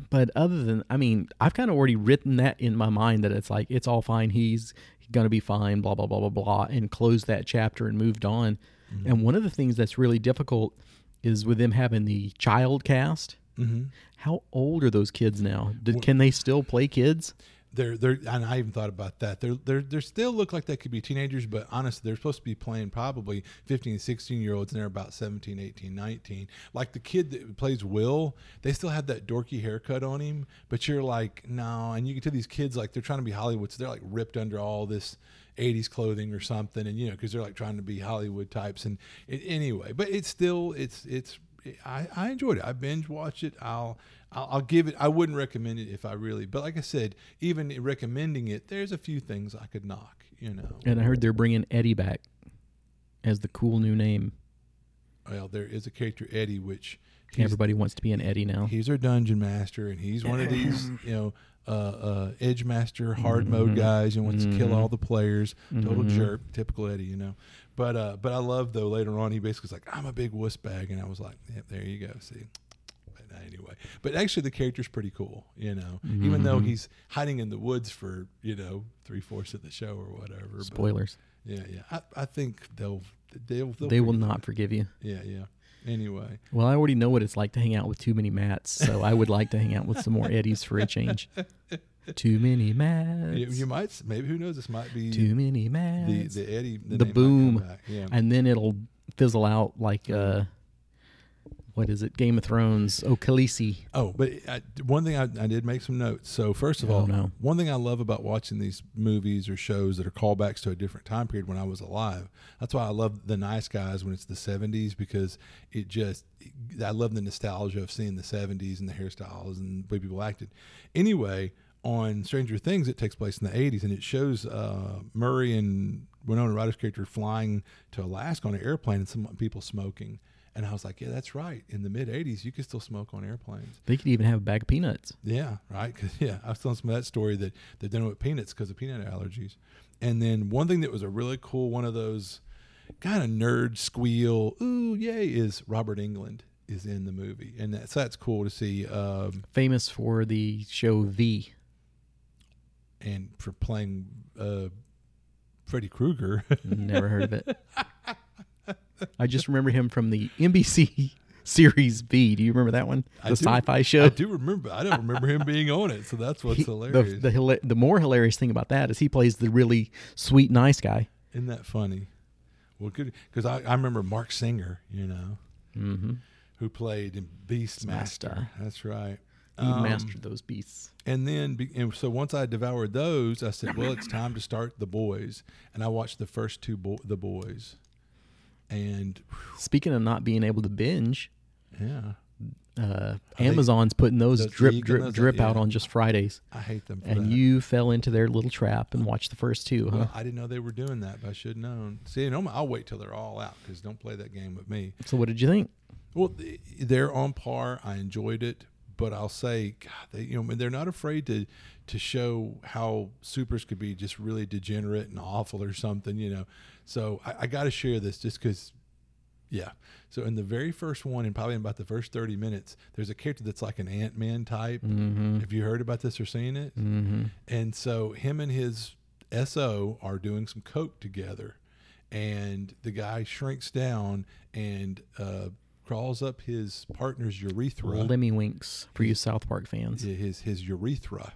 But other than, I mean, I've kind of already written that in my mind that it's like it's all fine. He's gonna be fine. Blah blah blah blah blah, and closed that chapter and moved on. Mm-hmm. And one of the things that's really difficult is with them having the child cast. Mm-hmm. How old are those kids now? Did, can they still play kids? They're they're and I even thought about that. They're they're they still look like they could be teenagers, but honestly, they're supposed to be playing probably 15, 16 year olds and they're about 17, 18, 19. Like the kid that plays Will, they still have that dorky haircut on him, but you're like, no, and you can tell these kids like they're trying to be Hollywood, so they're like ripped under all this 80s clothing or something and you know because they're like trying to be Hollywood types and it, anyway, but it's still it's it's I, I enjoyed it. I binge watched it. I'll, I'll I'll give it. I wouldn't recommend it if I really. But like I said, even recommending it, there's a few things I could knock. You know, And I heard they're bringing Eddie back as the cool new name. well, there is a character Eddie, which he's, Everybody wants to be an Eddie now. he's our dungeon master, and he's one of these you know uh, uh, edge master hard Mm-hmm. mode guys and wants to kill all the players. Total jerk, typical Eddie, you know. But uh, but I love though later on he basically's like I'm a big wuss bag, and I was like, yeah, there you go, see. But uh, anyway, but actually the character's pretty cool, you know. Even Mm-hmm. though he's hiding in the woods for you know three fourths of the show or whatever. but- Spoilers. yeah, yeah. I, I think they'll they'll, they'll They will figure- not forgive you. Yeah, yeah. Anyway, Well, I already know what it's like to hang out with too many mats, so I would like to hang out with some more Eddies for a change. Too many mats. you, you might s- maybe who knows this might be too many mats. the the Eddie the, The name might come boom. back. Yeah. and then it'll fizzle out like uh what is it? Game of Thrones. Oh, Khaleesi. Oh, but I, one thing I, I did make some notes. So first of Oh, all, no. one thing I love about watching these movies or shows that are callbacks to a different time period when I was alive. That's why I love the Nice Guys when it's the '70s because it just I love the nostalgia of seeing the '70s and the hairstyles and the way people acted. Anyway, on Stranger Things, it takes place in the '80s and it shows uh, Murray and Winona Ryder's character flying to Alaska on an airplane and some people smoking. And I was like, yeah, that's right. In the mid 80s, you could still smoke on airplanes. They could even have a bag of peanuts. Yeah, right. 'Cause, yeah, I was telling some of that story that they're dealing with peanuts because of peanut allergies. And then one thing that was a really cool one of those kind of nerd squeal, ooh, yay, is Robert England is in the movie, and that's that's cool to see. Um, Famous for the show V. and for playing uh, Freddy Krueger, Never heard of it. I just remember him from the NBC series V. Do you remember that one? The do. sci-fi show. I do remember. I don't remember him being on it, so that's what's He- hilarious. The, the, hila- the more hilarious thing about that is he plays the really sweet, nice guy. Isn't that funny? Well, good because I, I remember Mark Singer, you know, Mm-hmm. who played in Beastmaster. Beastmaster. That's right. He Um, mastered those beasts. And then, be- and so once I devoured those, I said, "Well, it's time to start the boys." And I watched the first two, bo- the boys, and Speaking of not being able to binge, yeah, uh, they- Amazon's putting those those drip, vegan drip, ones? drip out Yeah. on just Fridays, I hate them. For and that. you fell into their little trap and watched the first two, huh? well, I didn't know they were doing that, but I should have known. See, and I'm- I'll wait till they're all out because don't play that game with me. so what did you think? Well, th- they're on par. I enjoyed it, but I'll say, God, they you know, I mean, they're not afraid to to show how supers could be just really degenerate and awful or something, you know. So I, I got to share this just because. Yeah. So in the very first one, and probably in about the first thirty minutes, there's a character that's like an Ant Man type. Have you heard about this or seen it? And so him and his SO are doing some coke together. And the guy shrinks down and uh, crawls up his partner's urethra. Lemmy Winks for you South Park fans. Yeah, his his urethra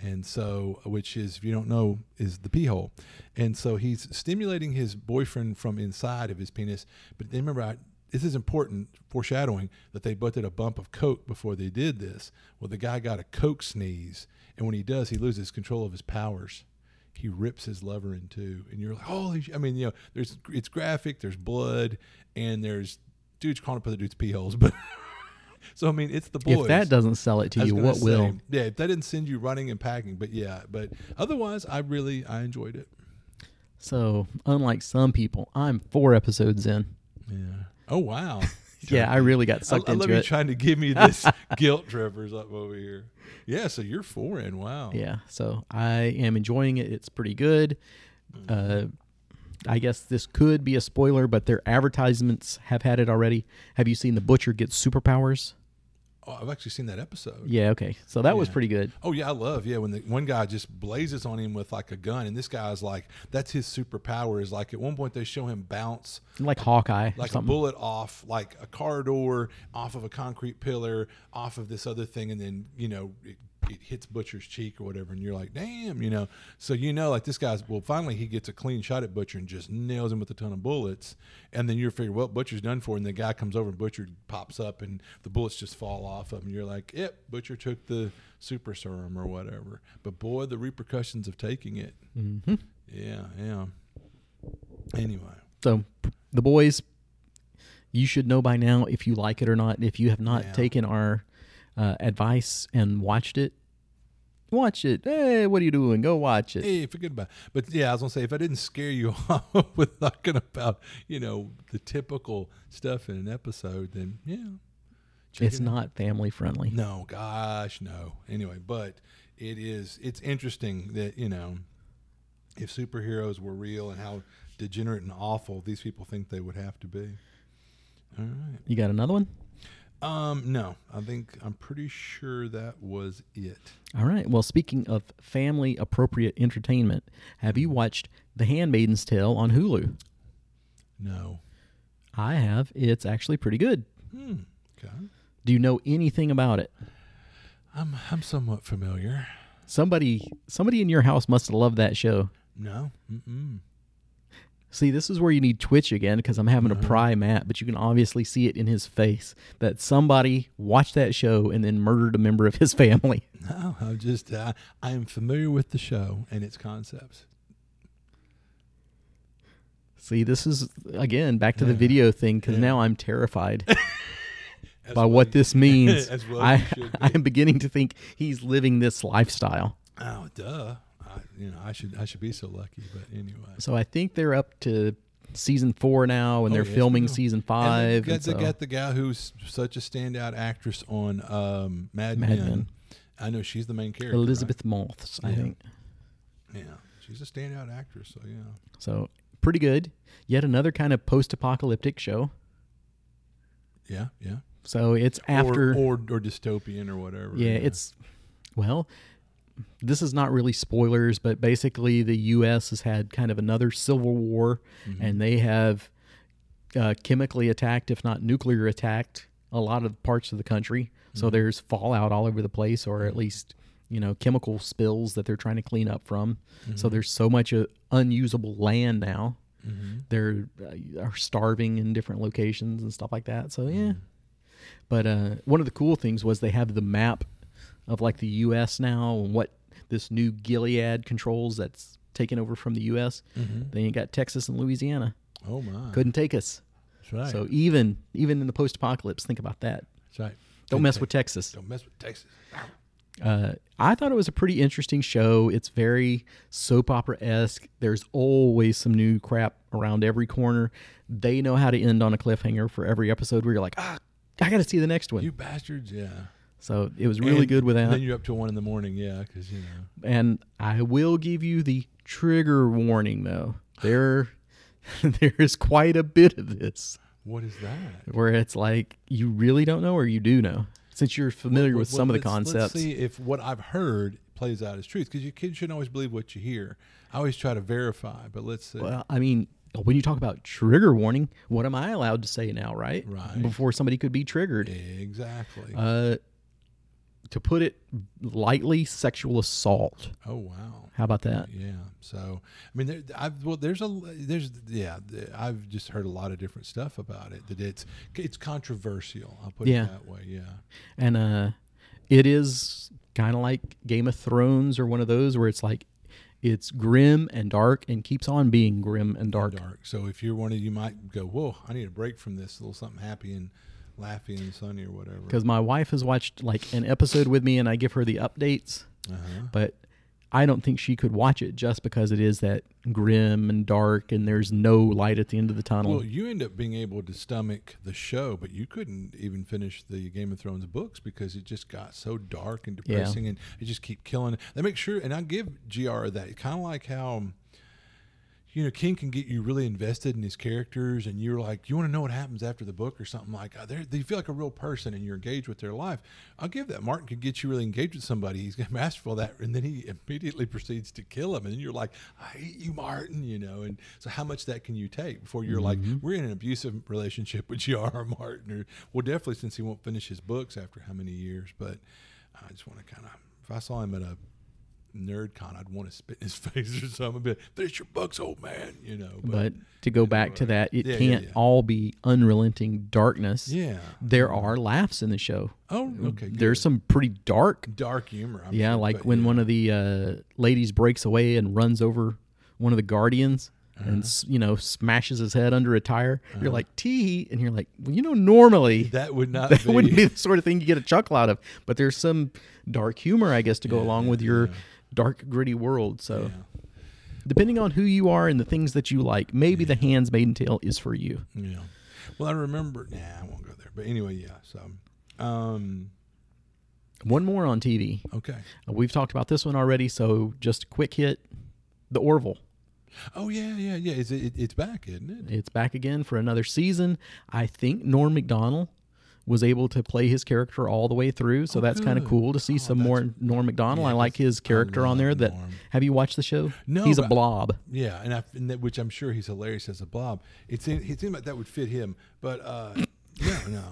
and so which is if you don't know is the pee hole and so he's stimulating his boyfriend from inside of his penis but then remember I, this is important foreshadowing that they both did a bump of coke before they did this well the guy got a coke sneeze and when he does he loses control of his powers he rips his lover in two and you're like holy sh-. i mean you know there's it's graphic there's blood and there's dudes crawling up other dudes pee holes but so i mean it's the boys If that doesn't sell it I to was you, gonna what will? say, Yeah, if that didn't send you running and packing, but yeah, but otherwise, I really I enjoyed it. So, unlike some people, I'm four episodes in. Yeah. Oh wow. Yeah, I really got I, sucked I love into you it. trying to give Uh, me this guilt, Trevor's up over here. Yeah, so you're four and wow. yeah, so I am enjoying it. It's pretty good. Mm-hmm. Uh, I guess this could be a spoiler, but their advertisements have had it already. Have you seen the butcher get superpowers? Oh, I've actually seen that episode. Yeah, okay. So that was Yeah. pretty good. Oh yeah, I love yeah when the one guy just blazes on him with like a gun, and this guy's like that's his superpower. Is like at one point they show him bounce Like Hawkeye or like a something. bullet off like a car door off of a concrete pillar off of this other thing and then you know it, it hits butcher's cheek or whatever and you're like damn you know so you know like this guy's well finally he gets a clean shot at butcher and just nails him with a ton of bullets and then you're figuring well butcher's done for and the guy comes over and butcher pops up and the bullets just fall off of him you're like yep butcher took the super serum or whatever but boy the repercussions of taking it hmm yeah yeah anyway So, p- the boys, you should know by now if you like it or not. If you have not Yeah. taken our uh, advice and watched it, watch it. Hey, what are you doing? Go watch it. Hey, forget about. It. But yeah, I was gonna say if I didn't scare you off with talking about you know the typical stuff in an episode, then yeah, check it's it out. not family friendly. No, gosh, no. Anyway, but it is. It's interesting that you know if superheroes were real and how degenerate and awful these people think they would have to be. All right. You got another one? Um. No, I think I'm pretty sure that was it. All right. Well, speaking of family appropriate entertainment, have you watched The Handmaiden's Tale on Hulu? No. I have. It's actually pretty good. Hmm. Okay. Do you know anything about it? I'm I'm somewhat familiar. Somebody somebody in your house must have loved that show. No. Mm-mm. See, this is where you need Twitch again because I'm having to pry Matt, but you can obviously see it in his face that somebody watched that show and then murdered a member of his family. No, I'm just uh, I am familiar with the show and its concepts. See, this is again back to the Yeah. video thing because Yeah. now I'm terrified As by well what you- this means. As well I, you should I am beginning to think he's living this lifestyle. Oh, duh. I, you know, I should I should be so lucky, but anyway. So I think they're up to season four now, and Oh, they're yes, filming no. season And five. they got, and so- they got the guy who's such a standout actress on um, Mad, Mad Men. Men. I know she's the main character. right? Elizabeth Moths, I Yeah. think. Yeah, she's a standout actress. So yeah. So pretty good. Yet another kind of post-apocalyptic show. Yeah, yeah. So it's after. or, or or dystopian or whatever. yeah, it's well. This is not really spoilers, but basically the U.S. has had kind of another civil war, and they have uh, chemically attacked, if not nuclear attacked, a lot of parts of the country. So there's fallout all over the place, or at least you know chemical spills that they're trying to clean up from. So there's so much uh, unusable land now. They're uh, are starving in different locations and stuff like that. So yeah, but uh, one of the cool things was they have the map of like the U.S. now and what this new Gilead controls that's taken over from the U.S. Mm-hmm. They ain't got Texas and Louisiana. Oh my. Couldn't take us. That's right. So even even in the post-apocalypse, think about that. That's right. Don't mess with Texas. Don't mess with Texas. Uh, I thought it was a pretty interesting show. It's very soap opera esque. There's always some new crap around every corner. They know how to end on a cliffhanger for every episode where you're like, ah, I got to see the next one. You bastards. Yeah. so it was really And good with that. Then you're up till one in the morning, yeah, because you know. and I will give you the trigger warning though. There there is quite a bit of this What is that? where it's like you really don't know or you do know since you're familiar with Well, some of the let's- concepts. Let's see if what I've heard plays out as truth, because your kids shouldn't always believe what you hear. I always try to verify, but let's see. Well, I mean, when you talk about trigger warning, what am I allowed to say now, right? Right. Uh, Before somebody could be triggered. exactly. Uh to put it lightly, sexual assault. Oh wow. How about that? Yeah. So I mean, there, I've well, there's a there's yeah, th- I've just heard a lot of different stuff about it. That it's it's controversial. I'll put Yeah. it that way. Yeah. And uh, it is kind of like Game of Thrones or one of those where it's like it's grim and dark and keeps on being grim and dark. Dark. So if you're one of you might go, whoa, I need a break from this. A little something happy and laughy and sunny or whatever. Because my wife has watched like an episode with me and I give her the updates, Uh-huh. but I don't think she could watch it just because it is that grim and dark and there's no light at the end of the tunnel. Well, you end up being able to stomach the show, but you couldn't even finish the Game of Thrones books because it just got so dark and Yeah. depressing, and it just keep killing. it. They make sure, and I give Gr that kind of like how. um, You know, King can get you really invested in his characters, and you're like, you want to know what happens after the book or something like. uh, they're- They feel like a real person, and you're engaged with their life. I'll give that. Martin could get you really engaged with somebody. He's masterful at that, and then he immediately proceeds to kill him, and then you're like, I hate you, Martin. You know, and so how much that can you take before you're like, we're in an abusive relationship with G.R.R. Martin, or well, definitely since he won't finish his books after how many years. But I just want to kind of, if I saw him at a nerd con, I'd want to spit in his face or something. But finish your books, old man. You know, but to go back to that, it Yeah, yeah, can't yeah. all be unrelenting darkness. yeah. There are laughs in the show. Oh, okay. good. Mm, There's some pretty dark dark humor. I'm Yeah, sure, like but when yeah. one of the uh, ladies breaks away and runs over one of the guardians Uh-huh. and s and you know smashes his head under a tire. You're like tee, hee," and you're like, well, you know, normally that, that would not be, wouldn't be the sort of thing you get a chuckle out of. But there's some dark humor, I guess, to go along with your dark, gritty world. So. Depending on who you are and the things that you like, maybe the Hands Maiden Tale is for you. Yeah. Well, I remember. Nah, I won't go there. But anyway, yeah. So, um, One more on TV. okay. Uh, We've talked about this one already, so just a quick hit. The Orville. Oh yeah, yeah, yeah. It's it, it's back, isn't it? It's back again for another season. I think Norm McDonald was able to play his character all the way through, so that's kind of Oh, good. cool to see some more Norm McDonald. I like his character on there. love That Norm. have you watched the show? No, he's a but- blob. Yeah, and I and that, which I'm sure he's hilarious as a blob. It seems it seemed like that would fit him, but uh, no, no.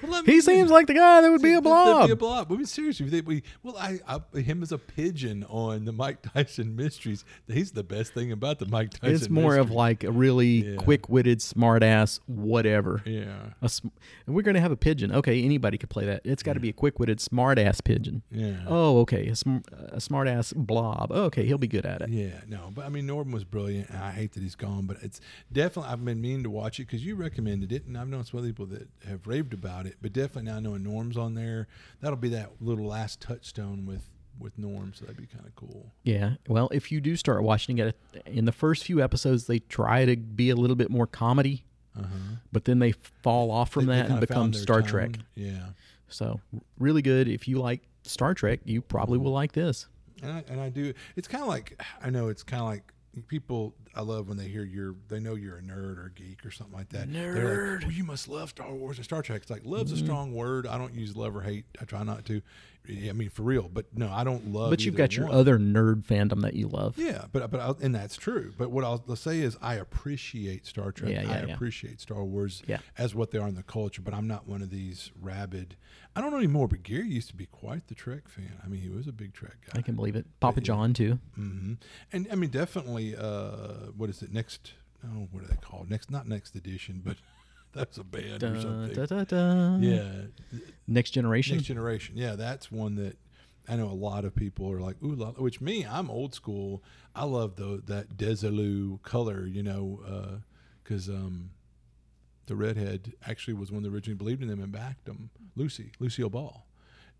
Well, let me- He seems like the guy that would be a That'd- that'd blob. Be a blob. I mean, seriously, they, we well, I, I him as a pigeon on the Mike Tyson mysteries. He's the best thing about the Mike Tyson. It's more of mystery. like a really Yeah. quick-witted, smart-ass, whatever. yeah, A sm- and we're gonna have a pigeon. Okay, anybody could play that. It's got to be a quick-witted, smart-ass pigeon. yeah. Oh, okay, a, sm- a smart-ass blob. Oh, okay, he'll be good at it. Yeah, no, but I mean Norman was brilliant, and I hate that he's gone. But it's definitely I've been meaning to watch it because you recommended it, and I've known some other people that have raved about it. But definitely now knowing Norm's on there, that'll be that little last touchstone with with Norm, so that'd be kind of cool. Yeah. Well, if you do start watching it, in the first few episodes, they try to be a little bit more comedy, but then they fall off from Uh-huh. They- they that and kinda become found their Star tone. Trek. Yeah, So, really good. If you like Star Trek, you probably will like this. and I, and I do. It's kind of like I know it's kind of like. People, I love when they hear you're. They know you're a nerd or a geek or something like that. They're like, well, you must love Star Wars and Star Trek. It's like love's Mm-hmm. a strong word. I don't use love or hate. I try not to. I mean, for real. But no, I don't love. But you've either got your one. other nerd fandom that you love. Yeah, but but I'll, and that's true. But what I'll, say is, I appreciate Star Trek. Yeah, yeah, I yeah. appreciate Star Wars Yeah. as what they are in the culture. But I'm not one of these rabid. I don't know anymore. But Gary used to be quite the Trek fan. I mean, he was a big Trek guy. I can believe it. Papa John, too. hmm And I mean, definitely. Uh, what is it? Next? Oh, what are they called? Next? Not next edition, but that's a band or Da, something. Uh, da, da, da. Yeah, Next Generation. Next generation. Yeah, that's one that I know a lot of people are like, ooh, la, la," which me, I'm old school. I love the that Desilu color, you know, because um, the redhead actually was one that originally believed in them and backed them. Lucy, Lucille Ball.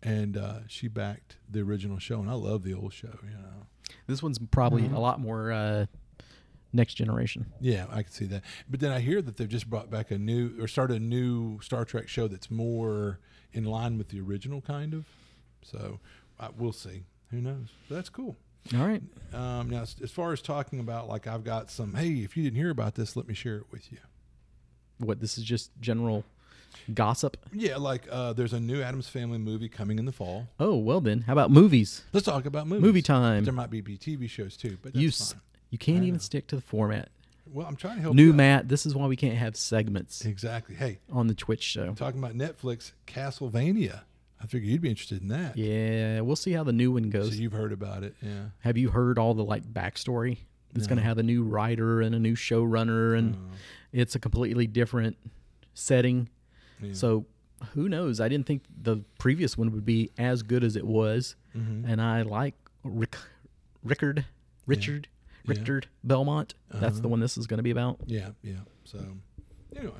And uh, she backed the original show, and I love the old show. You know, This one's probably Uh-huh. a lot more uh, Next Generation. yeah, I can see that. But then I hear that they've just brought back a new or started a new Star Trek show that's more in line with the original, kind of. So I, we'll see. Who knows? But that's cool. All right. Um, now, as, as far as talking about, like, I've got some, hey, if you didn't hear about this, let me share it with you. What? This is just general gossip. Yeah, like, uh, there's a new Adams Family movie coming in the fall. Oh, well, then. How about movies? Let's talk about movies. Movie time. There might be, be TV shows too, but that's you s- fine. you can't even stick to the format. Well, I'm trying to help. New you out. Matt, this is why we can't have segments Exactly. Hey, on the Twitch show. talking about Netflix, Castlevania. I figure you'd be interested in that. Yeah, we'll see how the new one So goes. you've heard about it, yeah. Have you heard all the like backstory? It's going to No. have a new writer and a new showrunner, and Uh, it's a completely different setting. yeah. So who knows? I didn't think the previous one would be as good as it was, Mhm. and I like Rick, Rickard, Richard, Yeah. Richard Belmont. That's Uh-huh. the one this is going to be about yeah, yeah. So anyway,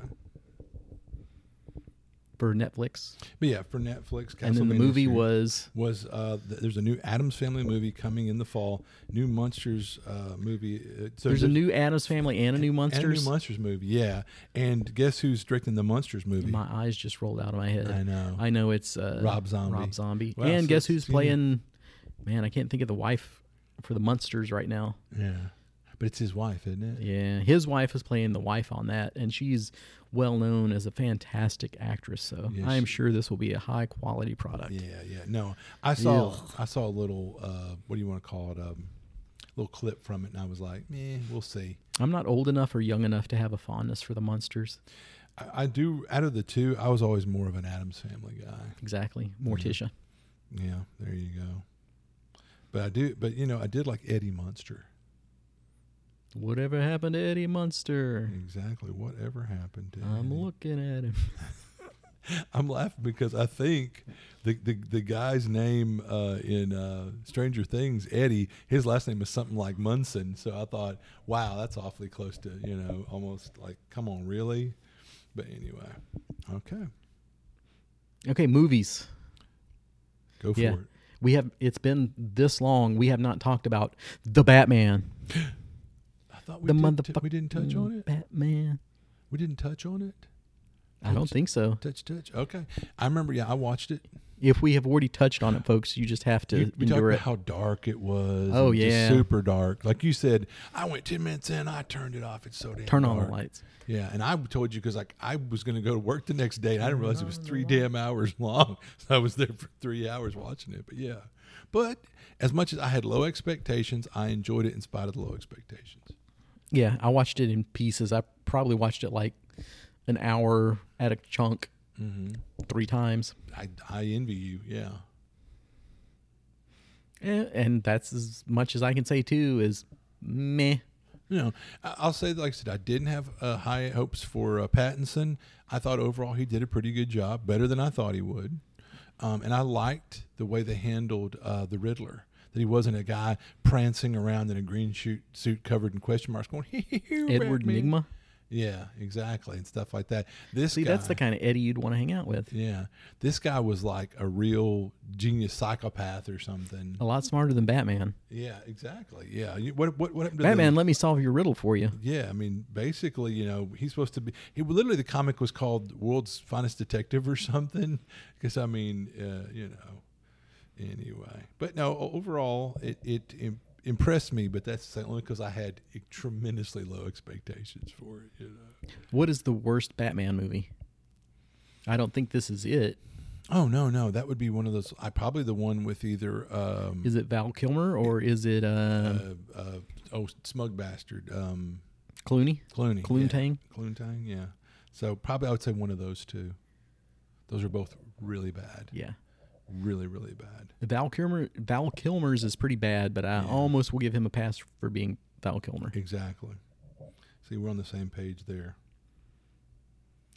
for Netflix. but yeah, for Netflix, and then the Castlevania movie series was was uh, th- there's a new Adams Family movie coming in the fall. New Monsters uh, movie. Uh, so there's a new Adams Family and a new and a Monsters. new Monsters movie. Yeah, and guess who's directing the Monsters movie? My eyes just rolled out of my head. I know. I know it's uh, Rob Zombie. Rob Zombie. Wow, and so guess it's who's between the- playing? Man, I can't think of the wife for the Munsters right now. yeah, but it's his wife, isn't it? Yeah, his wife is playing the wife on that, and she's well known as a fantastic actress. So Yeah, I am she- sure this will be a high quality product. Yeah, yeah. No, I saw Ugh. I saw a little uh, what do you want to call it? Um, little clip from it, and I was like, eh, we'll see. I'm not old enough or young enough to have a fondness for the Munsters. I, I do. Out of the two, I was always more of an Adams Family guy. Exactly, Morticia. Yeah, there you go. But I do. But you know, I did like Eddie Munster. Mm-hmm. Whatever happened to Eddie Munster? Exactly. Whatever happened to? I'm Eddie? looking at him. I'm laughing because I think the the, the guy's name uh, in uh, Stranger Things, Eddie, his last name is something like Munson. So I thought, wow, that's awfully close to you know, almost like, come on, really? But anyway, okay, Okay, movies. go for Yeah. it. We have it's been this long. We have not talked about the Batman. I thought we the did, t- motherfuck- we didn't touch on it. Batman. We didn't touch on it. I don't think so. Touch, touch. Okay, I remember. Yeah, I watched it. If we have already touched on it, folks, you just have to You- we talked endure about it. how dark it was. Oh, and just yeah. super dark. Like you said, I went ten minutes in, I turned it off. It's so damn Turn on dark. the lights. Yeah, and I told you because like I was going to go to work the next day, and I didn't realize it was three damn hours long. So I was there for three hours watching it. But yeah, but as much as I had low expectations, I enjoyed it in spite of the low expectations. Yeah, I watched it in pieces. I probably watched it like an hour at a chunk Mm-hmm. three times. I I envy you. Yeah, Eh, And that's as much as I can say too is meh. you know, I- I'll say like I said, I didn't have uh, high hopes for uh, Pattinson. I thought overall he did a pretty good job, better than I thought he would. Um, and I liked the way they handled uh, the Riddler. That he wasn't a guy prancing around in a green shoot, suit covered in question marks, going Edward Batman." Nigma. Yeah, exactly, and stuff like that. This See, guy, that's the kind of Eddie you'd want to hang out with. yeah, this guy was like a real genius psychopath or something. A lot smarter than Batman. Yeah, exactly. Yeah, You- what what what happened to the- Batman, let me solve your riddle for you. Yeah, I mean, basically, you know, he's supposed to be. He literally the comic was called World's Finest Detective or something. Because I mean, uh, you know, anyway. But no, o- overall, it it im- impressed me. But that's only because I had e, tremendously low expectations for it. You know. What is the worst Batman movie? I don't think this is it. Oh no, no, that would be one of those. I probably the one with either. Um, Is it Val Kilmer or is it uh, uh, uh, oh, smug bastard. Um, Clooney? Clooney. Cloontang? Yeah. Cloontang, yeah. So probably I would say one of those two. Those are both really bad. Yeah. Really, really bad. Val Kilmer Val Kilmer's is pretty bad, but I almost will give him a pass for being Val Kilmer. Exactly. See, we're on the same page there.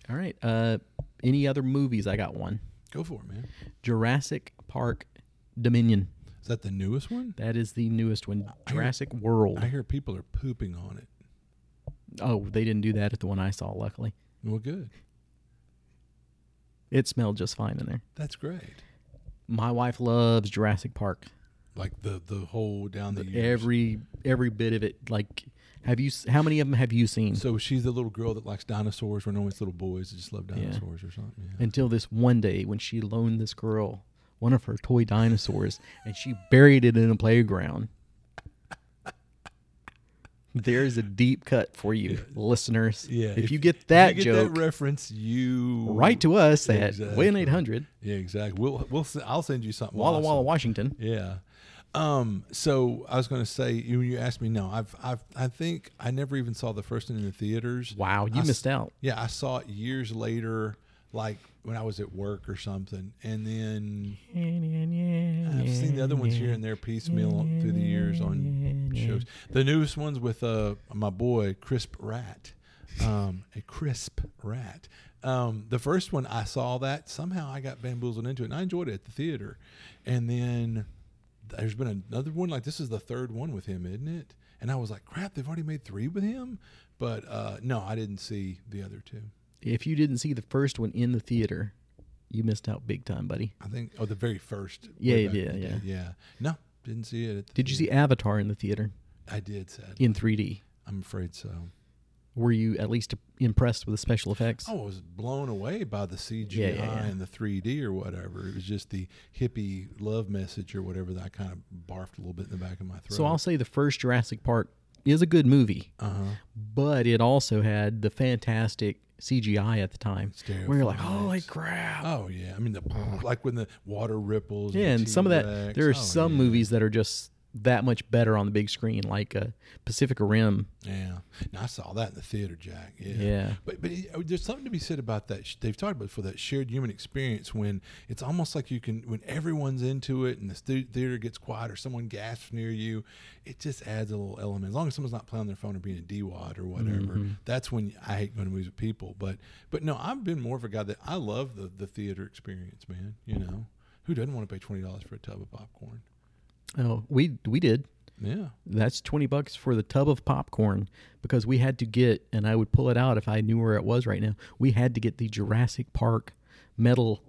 All right. Uh any other movies? I got one. Go for it, man. Jurassic Park Dominion. Is that the newest one? That is the newest one. I hear- Jurassic World. I hear people are pooping on it. Oh, they didn't do that at the one I saw, luckily. Well, good. It smelled just fine in there. That's great. My wife loves Jurassic Park. Like the the whole down the, years. Every every bit of it. Like have you s- how many of them have you seen? So she's the little girl that likes dinosaurs. We're always little boys that just love dinosaurs or something. Yeah. until this one day when she loaned this girl one of her toy dinosaurs and she buried it in a playground. There's a deep cut for you, listeners. Yeah, If, you get that if you get joke, that reference, you write to us at Exactly. win 800 Yeah, exactly. We'll we'll s- I'll send you something. Walla awesome. Walla, Washington. Yeah. Um, so I was going to say, you, you asked me, no, I've, I've, I think I never even saw the first one in the theaters. Wow, you I s- missed out. Yeah. I saw it years later. like when I was at work or something. And then I've seen the other ones here and there piecemeal on- through the years on shows. The newest ones with uh, my boy Crisp Rat, um, a Crisp Rat. Um, the first one I saw that somehow I got bamboozled into it, and I enjoyed it at the theater. And then there's been another one like this is the third one with him, isn't it? And I was like, crap, they've already made three with him. But uh, no, I didn't see the other two. If you didn't see the first one in the theater, you missed out big time, buddy. I think oh the very first. Yeah, way yeah, back in the yeah. day. yeah. No, didn't see it. At the Did you theater. see Avatar in the theater I did. Sadly. in 3D? I'm afraid so. Were you at least impressed with the special effects? I was blown away by the CGI Yeah, yeah, yeah. and the 3D or whatever. It was just the hippie love message or whatever that I kind of barfed a little bit in the back of my throat. so I'll say the first Jurassic Park is a good movie, uh-huh. but it also had the fantastic CGI at the time. terrifying. Where you're like, holy crap. Oh yeah, I mean the like when the water ripples. yeah, the and some of that, T-Rex. there Oh, are some yeah. movies that are just that much better on the big screen, like uh, Pacifica Rim. Yeah, and I saw that in the theater, Jack. Yeah, Yeah. But but it- there's something to be said about that. sh- They've talked about for that shared human experience when it's almost like you can when everyone's into it and the stu- theater gets quiet or someone gasps near you, it just adds a little element. As long as someone's not playing on their phone or being a dwad or whatever, Mm-hmm. that's when I hate going to movies with people. But but no, I've been more of a guy that I love the the theater experience, man. You know, who doesn't want to pay twenty dollars for a tub of popcorn? Oh, we we did. Yeah. That's 20 bucks for the tub of popcorn because we had to get, and I would pull it out if I knew where it was right now. We had to get the Jurassic Park metal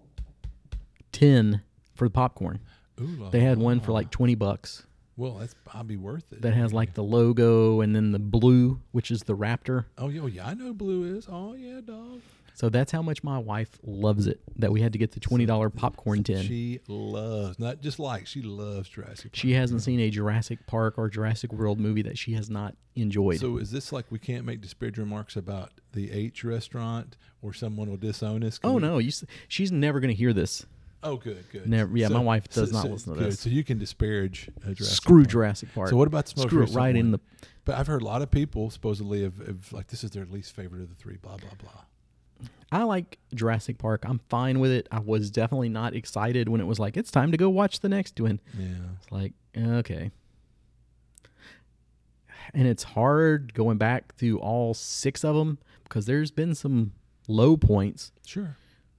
tin for the popcorn. Ooh, la They had la. one for like 20 bucks Well, that's probably worth it. that has like the logo and then the blue, which is the Raptor. Oh yeah, oh yeah, I know blue is. Oh yeah, dog. So that's how much my wife loves it that we had to get the $20 popcorn tin. She loves not just like she loves Jurassic. Park. She hasn't seen a Jurassic Park or Jurassic World movie that she has not enjoyed. So is this like we can't make disparaging remarks about the H restaurant or someone will disown us? Can oh we- no, you, s- she's never going to hear this. Oh good, good. Never- yeah, my wife does not so- listen to good. this. So you can disparage uh, Jurassic. Screw Park. Jurassic Park. So what about smoke? Screw it right in the But I've heard a lot of people supposedly have, have like this is their least favorite of the three. Blah blah blah. I like Jurassic Park. I'm fine with it. I was definitely not excited when it was like, it's time to go watch the next one. Yeah. It's like, okay. And it's hard going back through all six of them because there's been some low points. Sure.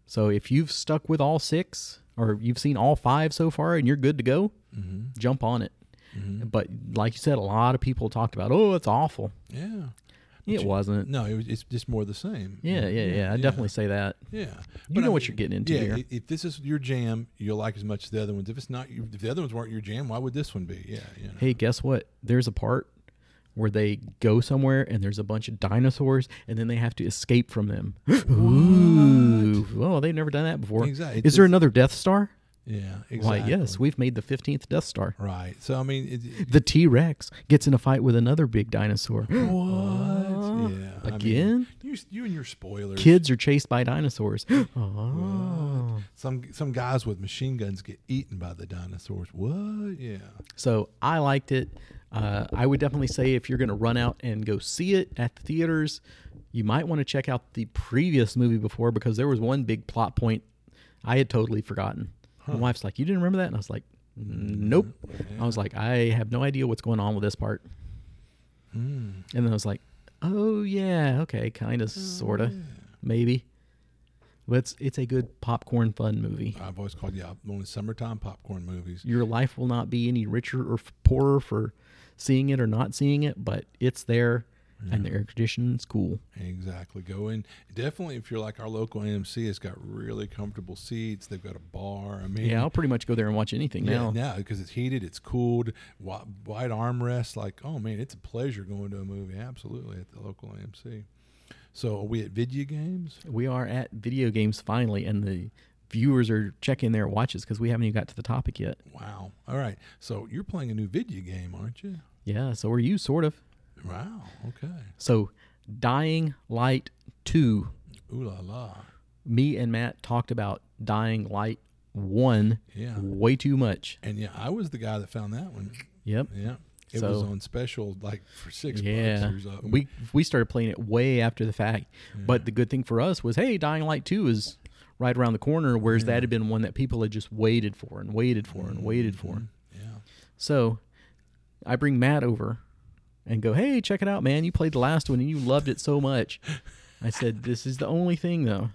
So if you've stuck with all six or you've seen all five so far and you're good to go, Mm-hmm. jump on it. Mhm. But like you said, a lot of people talked about, oh, it's awful. Yeah. It wasn't. No, it, was- it's just more of the same. Yeah, yeah, yeah. I definitely say that. Yeah, You know what you're getting into Yeah, here. i- if this is your jam, you'll like as much as the other ones. If it's not, your- if the other ones weren't your jam, why would this one be? Yeah, you know. hey, guess what? There's a part where they go somewhere and there's a bunch of dinosaurs and then they have to escape from them. Ooh. Well, they've never done that before. Exactly. Is there It's- another Death Star? yeah, Why, exactly. yes, we've made the 15th Death Star. right. So I mean, it, it- The T Rex gets in a fight with another big dinosaur. what? Yeah, I mean, Again? you, s- you and your spoilers. Kids are chased by dinosaurs. oh. Some some guys with machine guns get eaten by the dinosaurs. What? Yeah. So I liked it. Uh, I would definitely say if you're going to run out and go see it at the theaters, you might want to check out the previous movie before because there was one big plot point I had totally forgotten. My wife's like, "You didn't remember that?" And I was like, "Nope." I was like, "I have no idea what's going on with this part." Mm. And then I was like, "Oh yeah, okay, kind of, sort of, maybe." But it's it's a good popcorn fun movie. I've always called yeah one of the summertime popcorn movies. Your life will not be any richer or f- poorer for seeing it or not seeing it, but it's there and the air conditioning's cool. Exactly. Go in. Definitely, if you're like our local AMC, it's got really comfortable seats. They've got a bar. I mean, Yeah, I'll pretty much go there and watch anything Yeah, now. now because it's heated, it's cooled, wide, wide armrest. Like, oh man, it's a pleasure going to a movie. Absolutely at the local AMC. So are we at video games? We are at video games finally, and the viewers are checking their watches because we haven't even got to the topic yet. Wow. All right. So you're playing a new video game, aren't you? Yeah, so are you, sort of. Wow. Okay. So, Dying Light 2. Ooh la la. Me and Matt talked about Dying Light 1 Yeah. way too much. And yeah, I was the guy that found that one. Yep. Yeah. It was So- on special like for six yeah. bucks or something. We we started playing it way after the fact. But the good thing for us was, hey, Dying Light 2 is right around the corner, whereas that had been one that people had just waited for and waited for and waited for. Yeah. So I bring Matt over and go, hey, check it out, man. You played the last one and you loved it so much. I said, this is the only thing, though.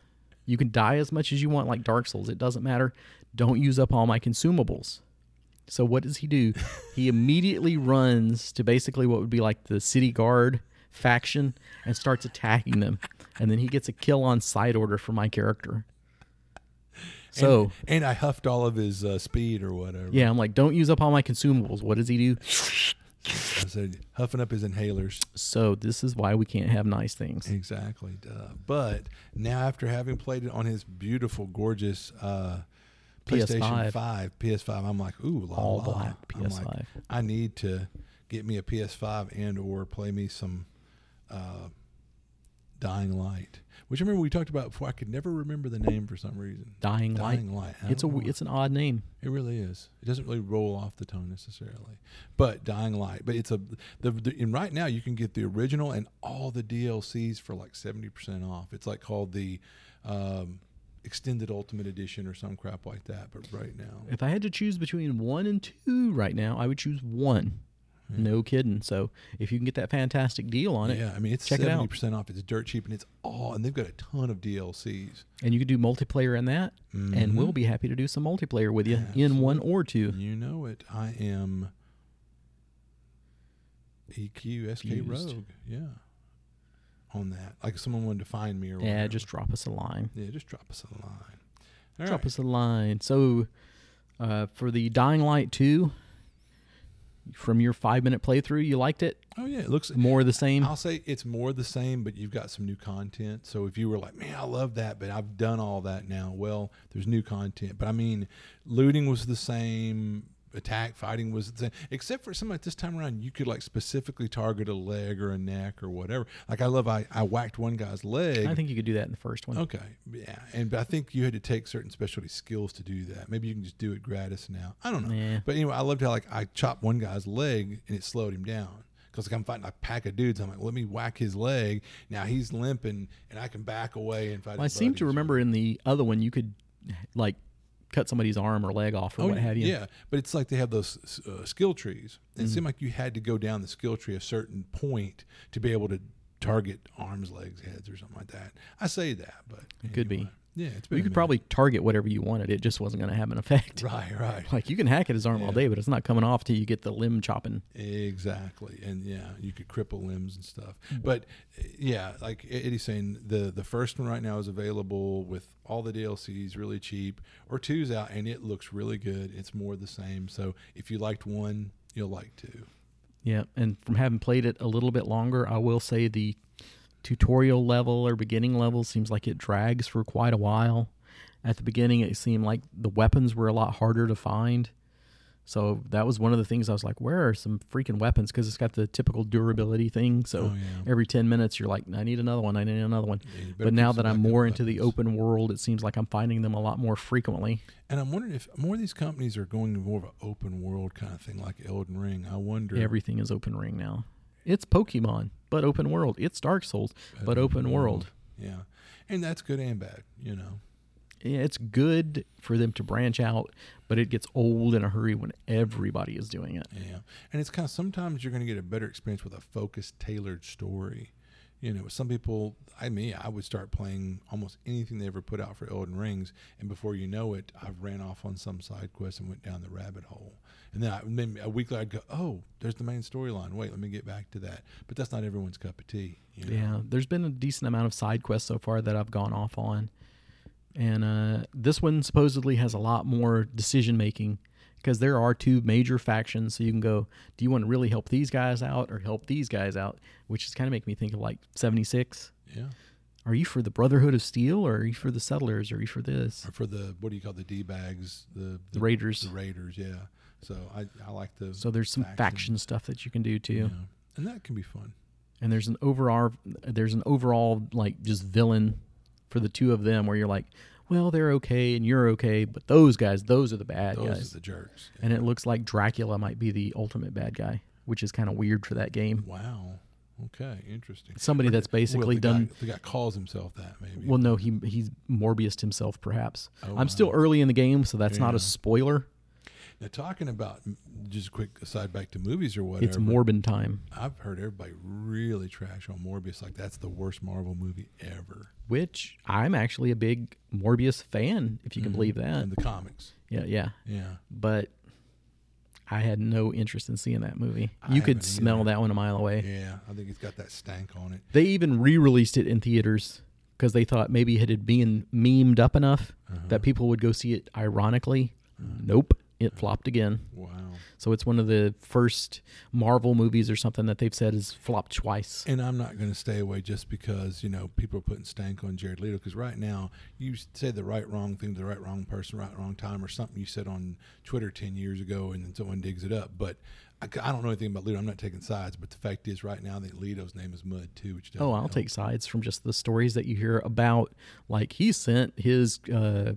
You can die as much as you want, like Dark Souls. It doesn't matter. Don't use up all my consumables. So what does he do? He immediately runs to basically what would be like the city guard faction and starts attacking them. And then he gets a kill on sight order for my character. So And I huffed all of his uh, speed or whatever. yeah, I'm like, don't use up all my consumables. What does he do? I said huffing up his inhalers. So this is why we can't have nice things. Exactly. Duh. But now, after having played it on his beautiful, gorgeous uh, PlayStation PS5. 5. PS5, I'm like, ooh, la, All la. black I'm like, PS5. I need to get me a PS5 and or play me some uh, Dying Light, which I remember we talked about before. I could never remember the name for some reason. Dying light. Dying Light. I It's a don't know w- it's an odd name. it really is. It doesn't really roll off the tongue necessarily, but Dying Light. But it's a the, the and right now you can get the original and all the DLCs for like seventy percent off. It's like called the um, extended Ultimate Edition or some crap like that. But right now, If I had to choose between one and two right now, I would choose one. No kidding. So if you can get that fantastic deal on it, Hmm. yeah, I mean it's Check it out. seventy percent off. It's dirt cheap and it's all and they've got a ton of DLCs. and you can do multiplayer in that, Mm-hmm. and we'll be happy to do some multiplayer with you in one or two. You know it. I am E EQSK Used. Rogue. Yeah, on that. Like if someone wanted to find me or Yeah, whatever. just drop us a line. Yeah, just drop us a line. All drop right. us a line. So uh, for the Dying Light two, from your five minute playthrough, you liked it. Oh yeah, it looks. More of the same. I'll say it's more the same, but you've got some new content. So if you were like, "Man, I love that," but I've done all that now. Well, there's new content, but I mean, looting was the same, attack fighting was the same, except for some like this time around, you could like specifically target a leg or a neck or whatever. Like I love, I I whacked one guy's leg. I think you could do that in the first one. Okay, yeah, and but I think you had to take certain specialty skills to do that. Maybe you can just do it gratis now. I don't know, Yeah. but anyway, I loved how like I chopped one guy's leg and it slowed him down because like I'm fighting a pack of dudes. I'm like, let me whack his leg. Now he's limping, and I can back away and fight. Well, I his seem to buddies. remember in the other one you could like cut somebody's arm or leg off or what yeah, have you. Oh, Mm-hmm. Yeah, but it's like they have those uh, skill trees. It seemed like you had to go down the skill tree a certain point to be able to target arms, legs, heads, or something like that. I say that, but it could be. Yeah, it's been You a could minute. probably target whatever you wanted. It just wasn't going to have an effect. right, right. Like you can hack at his arm all day, but it's not coming off till you get the limb chopping. Exactly, and yeah, you could cripple limbs and stuff. Mm-hmm. But eh, yeah, like Eddie's saying, the the first one right now is available with all the DLCs, really cheap. Or two's out, and it looks really good. It's more the same. So if you liked one, you'll like two. Yeah, and from having played it a little bit longer, I will say the tutorial level or beginning level seems like it drags for quite a while. At the beginning, it seemed like the weapons were a lot harder to find. So that was one of the things I was like, where are some freaking weapons? Because it's got the typical durability thing. So Oh, yeah. every 10 minutes, you're like, I need another one. I need another one. Yeah, you better but keep now some that I'm backup more into the weapons. open world, it seems like I'm finding them a lot more frequently. And I'm wondering if more of these companies are going to more of an open world kind of thing, like Elden Ring. I wonder. Everything is open ring now. It's Pokemon, but open world. It's Dark Souls, but open world. yeah, and that's good and bad, you know. yeah, it's good for them to branch out, but it gets old in a hurry when everybody is doing it. Yeah. And it's kind of sometimes you're going to get a better experience with a focused, tailored story. You know, some people, I mean, I would start playing almost anything they ever put out for Elden Rings, and before you know it, I've ran off on some side quest and went down the rabbit hole. And then I, maybe a week later, I'd go, "Oh, there's the main storyline. Wait, let me get back to that." But that's not everyone's cup of tea. You know? Yeah, there's been a decent amount of side quests so far that I've gone off on. And uh, this one supposedly has a lot more decision making because there are two major factions. So you can go, do you want to really help these guys out or help these guys out? Which is kind of making me think of like 76. Yeah. Are you for the Brotherhood of Steel or are you for the Settlers? Or are you for this? Or for the what do you call the D bags? The, The Raiders. The Raiders. Yeah. So I I like those. So there's some Faction. faction stuff that you can do too. yeah. And that can be fun. and there's an overall there's an overall like just villain for the two of them where you're like well they're okay and you're okay but those guys those are the bad Those guys are the jerks. and it looks like dracula might be the ultimate bad guy which is kind of weird for that game Wow. Okay, interesting. Somebody that's basically the done. Guy, the guy calls himself that, maybe. Well, no, he he's Morbiused himself, perhaps. Oh, I'm wow. still early in the game, so that's not Yeah. a spoiler. now, talking about just a quick aside back to movies or whatever. It's Morbin time, I've heard everybody really trash on Morbius. Like that's the worst Marvel movie ever which I'm actually a big Morbius fan, if you can believe that. in the comics. Yeah, yeah. Mm-hmm. Yeah, But I had no interest in seeing that movie. I You could haven't smell that one a mile away. yeah. I think it's got that stank on it. They even re-released it in theaters because they thought maybe it had been memed up enough Uh-huh. that people would go see it ironically. Nope, it flopped again. Wow. So it's one of the first Marvel movies or something that they've said has flopped twice. And I'm not going to stay away just because you know people are putting stank on Jared Leto because right now you say the right wrong thing to the right wrong person, right wrong time, or something you said on Twitter ten years ago, and then someone digs it up. But I, c- I don't know anything about Leto. I'm not taking sides, but the fact is, right now I think Leto's name is Mud too, which doesn't Oh, I'll help. take sides from just the stories that you hear about. Like he sent his uh,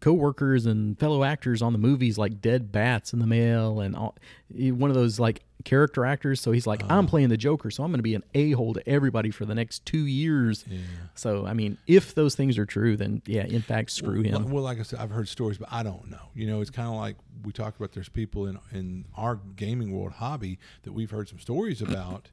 coworkers and fellow actors on the movies like dead bats in the mail, and all, he- one of those like character actors. So he's like, I'm playing the Joker, so I'm going to be an a hole to everybody for the next two years. So I mean, if those things are true, then yeah, in fact, screw Well, him. well, like I said, I've heard stories, but I don't know. You know, it's kind of like we talked about. There's people in in our gaming world hobby that we've heard some stories about,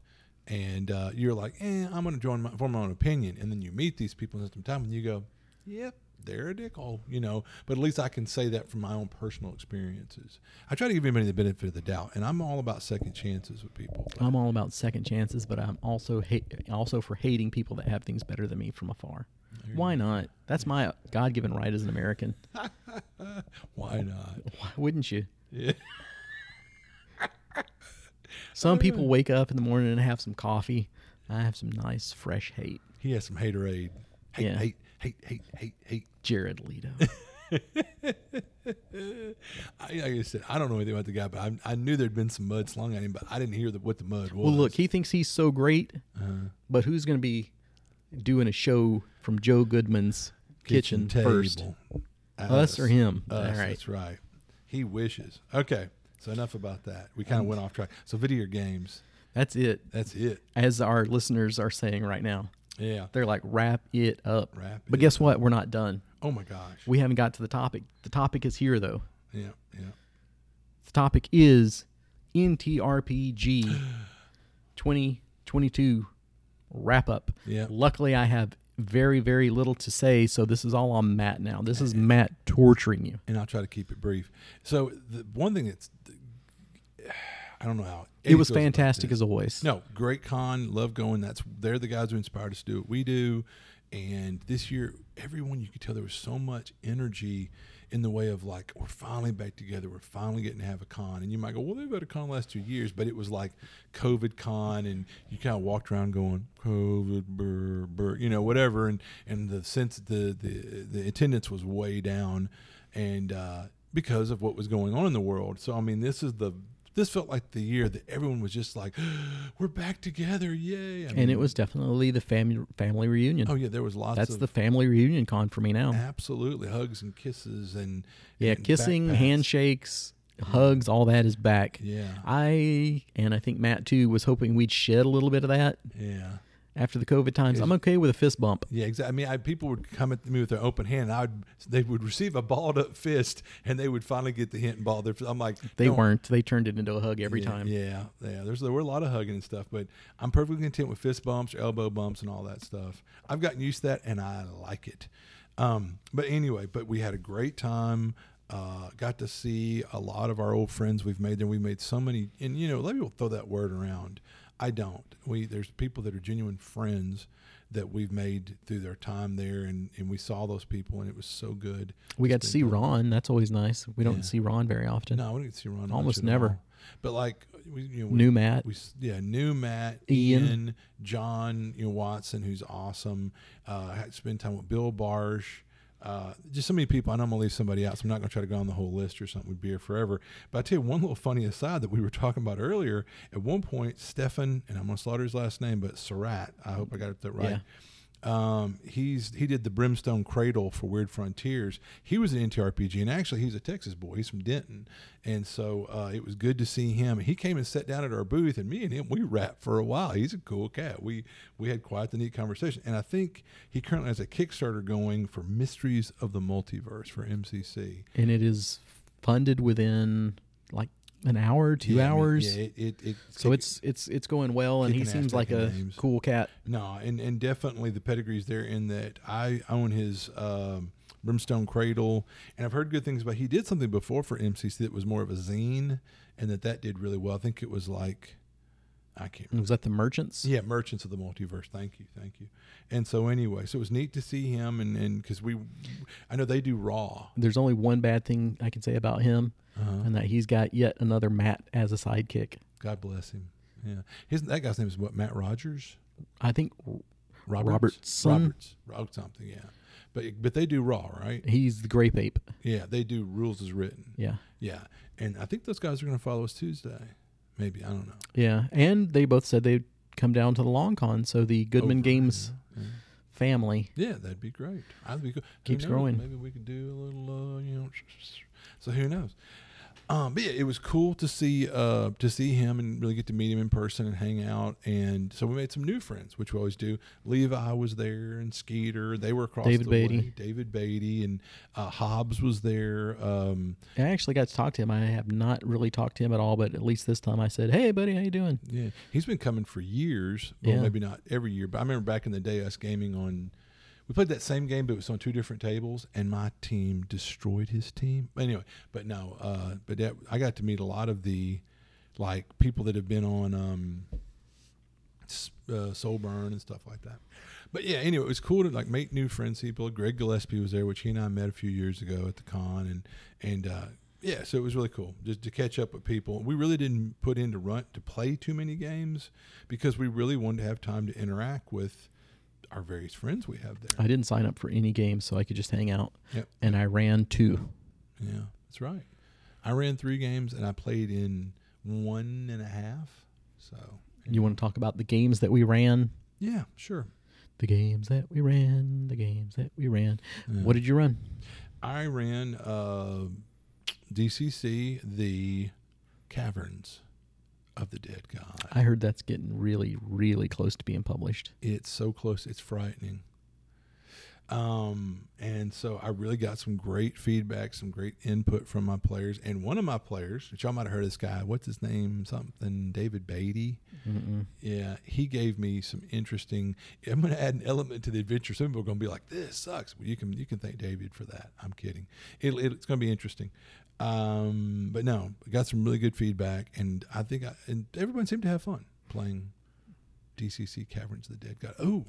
and uh, you're like, eh, I'm going to join my, form my own opinion, and then you meet these people at some time, and you go, yep. They're a dickhole, you know, but at least I can say that from my own personal experiences. I try to give everybody the benefit of the doubt, and I'm all about second chances with people. but- I'm all about second chances, but I'm also hate, also for hating people that have things better than me from afar. Why not? That's my God-given right as an American. Why not? Why wouldn't you? some people wake up in the morning and have some coffee. I have some nice fresh hate. He has some hater aid. Hate, Yeah. hate, hate, hate, hate, hate. Jared Leto. I, like I said, I don't know anything about the guy, but I, I knew there'd been some mud slung at him, but I didn't hear the, what the mud was. well, look, he thinks he's so great, but who's going to be doing a show from Joe Goodman's kitchen, first? Us or him? Us, All right. That's right. He wishes. Okay, so enough about that. We kind of went off track. So video games. That's it. That's it. As our listeners are saying right now, Yeah. they're like, wrap it up. Wrap but it guess what? We're not done. Oh my gosh. We haven't got to the topic. The topic is here, though. yeah. Yeah. The topic is NTRPG 2022 wrap up. Yeah. Luckily, I have very, very little to say, so this is all on Matt now. This is Matt torturing you. And I'll try to keep it brief. So the one thing that's, I don't know how It was feels about fantastic this. as always. No, great con, love going. That's they're the guys who inspired us to do what we do. And this year, everyone you could tell there was so much energy in the way of like we're finally back together. We're finally getting to have a con. And you might go, well, they've had a con the last two years, but it was like COVID con, and you kind of walked around going COVID, brr, brr, you know, whatever. And and the sense the the the attendance was way down, and uh, because of what was going on in the world. So I mean, this is the this felt like the year that everyone was just like, "We're back together, yay!" I And mean, it was definitely the family family reunion. oh yeah, there was lots. That's of, the family reunion con for me now. absolutely hugs and kisses and yeah, and kissing, backpats. handshakes, hugs, all that is back. Yeah, I and I think Matt too was hoping we'd shed a little bit of that yeah, after the COVID times. I'm okay with a fist bump. yeah. Exactly. I mean, I, people would come at me with their open hand. And I would. They would receive a balled up fist, and they would finally get the hint and ball. Their, I'm like, They "No, weren't. They turned it into a hug every yeah, time. Yeah, yeah. There's there were a lot of hugging and stuff, but I'm perfectly content with fist bumps or elbow bumps and all that stuff. I've gotten used to that and I like it. Um, but anyway, but we had a great time. Uh, got to see a lot of our old friends we've made there. We made so many, and you know, a lot of people throw that word around. I don't. We there's people that are genuine friends that we've made through their time there, and and we saw those people, and it was so good. We got It's to been see Ron. That's always nice. We don't Yeah. see Ron very often. No, we didn't see Ron much Almost at never. all. But like, we, you know, we, New Matt. we s- yeah, new Matt, Ian, Ian. John, you know, Watson, who's awesome. Uh, had to spend time with Bill Barsh. Uh, just so many people. I know I'm gonna leave somebody out, so I'm not gonna try to go on the whole list or something. We'd be here forever. But I tell you one little funny aside that we were talking about earlier. At one point, Stefan, and I'm gonna slaughter his last name, but Surratt. I hope I got that right. Um, he's he did the Brimstone Cradle for Weird Frontiers. He was an NTRPG, and actually he's a Texas boy. He's from Denton, and so uh, it was good to see him. He came and sat down at our booth, and me and him we rapped for a while. He's a cool cat. We we had quite the neat conversation, and I think he currently has a Kickstarter going for Mysteries of the Multiverse for MCC. and it is funded within like an hour, two Yeah, I mean, hours. yeah, it, it, it so kick- it's it's it's going well, and he Kicking ass, seems like taking a names. cool cat. No, and, and definitely the pedigree's there in that I own his um, Brimstone Cradle, and I've heard good things about. He did something before for MCC that was more of a zine, and that that did really well. I think it was like I can't. remember. Was that the merchants? Yeah, Merchants of the Multiverse. Thank you, thank you. And so anyway, so it was neat to see him, and and because we, I know they do Raw. There's only one bad thing I can say about him, Uh-huh. and that he's got yet another Matt as a sidekick. God bless him. Yeah, his that guy's name is what Matt Rogers. I think Roberts? Robertson? Roberts. Ro- something. Yeah, but but they do Raw, right? he's the grape ape. Yeah, they do Rules as written. Yeah, Yeah, and I think those guys are going to follow us Tuesday. Maybe I don't know. yeah, and they both said they'd come down to the long con, so the Goodman Over, Games family. Yeah, that'd be great. I'd be good. Keeps growing. Maybe we could do a little, uh, you know. So who knows? Um, but yeah, it was cool to see uh, to see him and really get to meet him in person and hang out. And so we made some new friends, which we always do. Levi was there and Skeeter. They were across David the Beatty. way. David Beatty and uh, Hobbs was there. Um, I actually got to talk to him. I have not really talked to him at all, but at least this time I said, "Hey, buddy, how you doing?" Yeah, he's been coming for years. Well, Yeah. maybe not every year, but I remember back in the day us gaming on. We played that same game, but it was on two different tables, and my team destroyed his team. Anyway, but no, uh, but that, I got to meet a lot of the like people that have been on um, s- uh, Soulburn and stuff like that. But yeah, anyway, it was cool to like make new friends. People, Greg Gillespie was there, which he and I met a few years ago at the con, and and uh, yeah, so it was really cool just to catch up with people. We really didn't put into run to play too many games because we really wanted to have time to interact with our various friends we have there. I didn't sign up for any games, so I could just hang out. Yep. And I ran two. Yeah, that's right. I ran three games and I played in one and a half. So You want to talk about the games that we ran? yeah, sure. The games that we ran. The games that we ran. What did you run? I ran uh, DCC, the Caverns of the Dead God. I heard that's getting really, really close to being published. It's so close, it's frightening. Um, and so I really got some great feedback, some great input from my players. And one of my players, which y'all might have heard of this guy, what's his name? Something, David Beatty. Mm-mm. Yeah, he gave me some interesting. I'm going to add an element to the adventure. Some people are going to be like, "This sucks." Well, you can you can thank David for that. I'm kidding. It, it, it's going to be interesting. Um, but no, I got some really good feedback, and I think I, and everyone seemed to have fun playing DCC Caverns of the Dead God. Oh,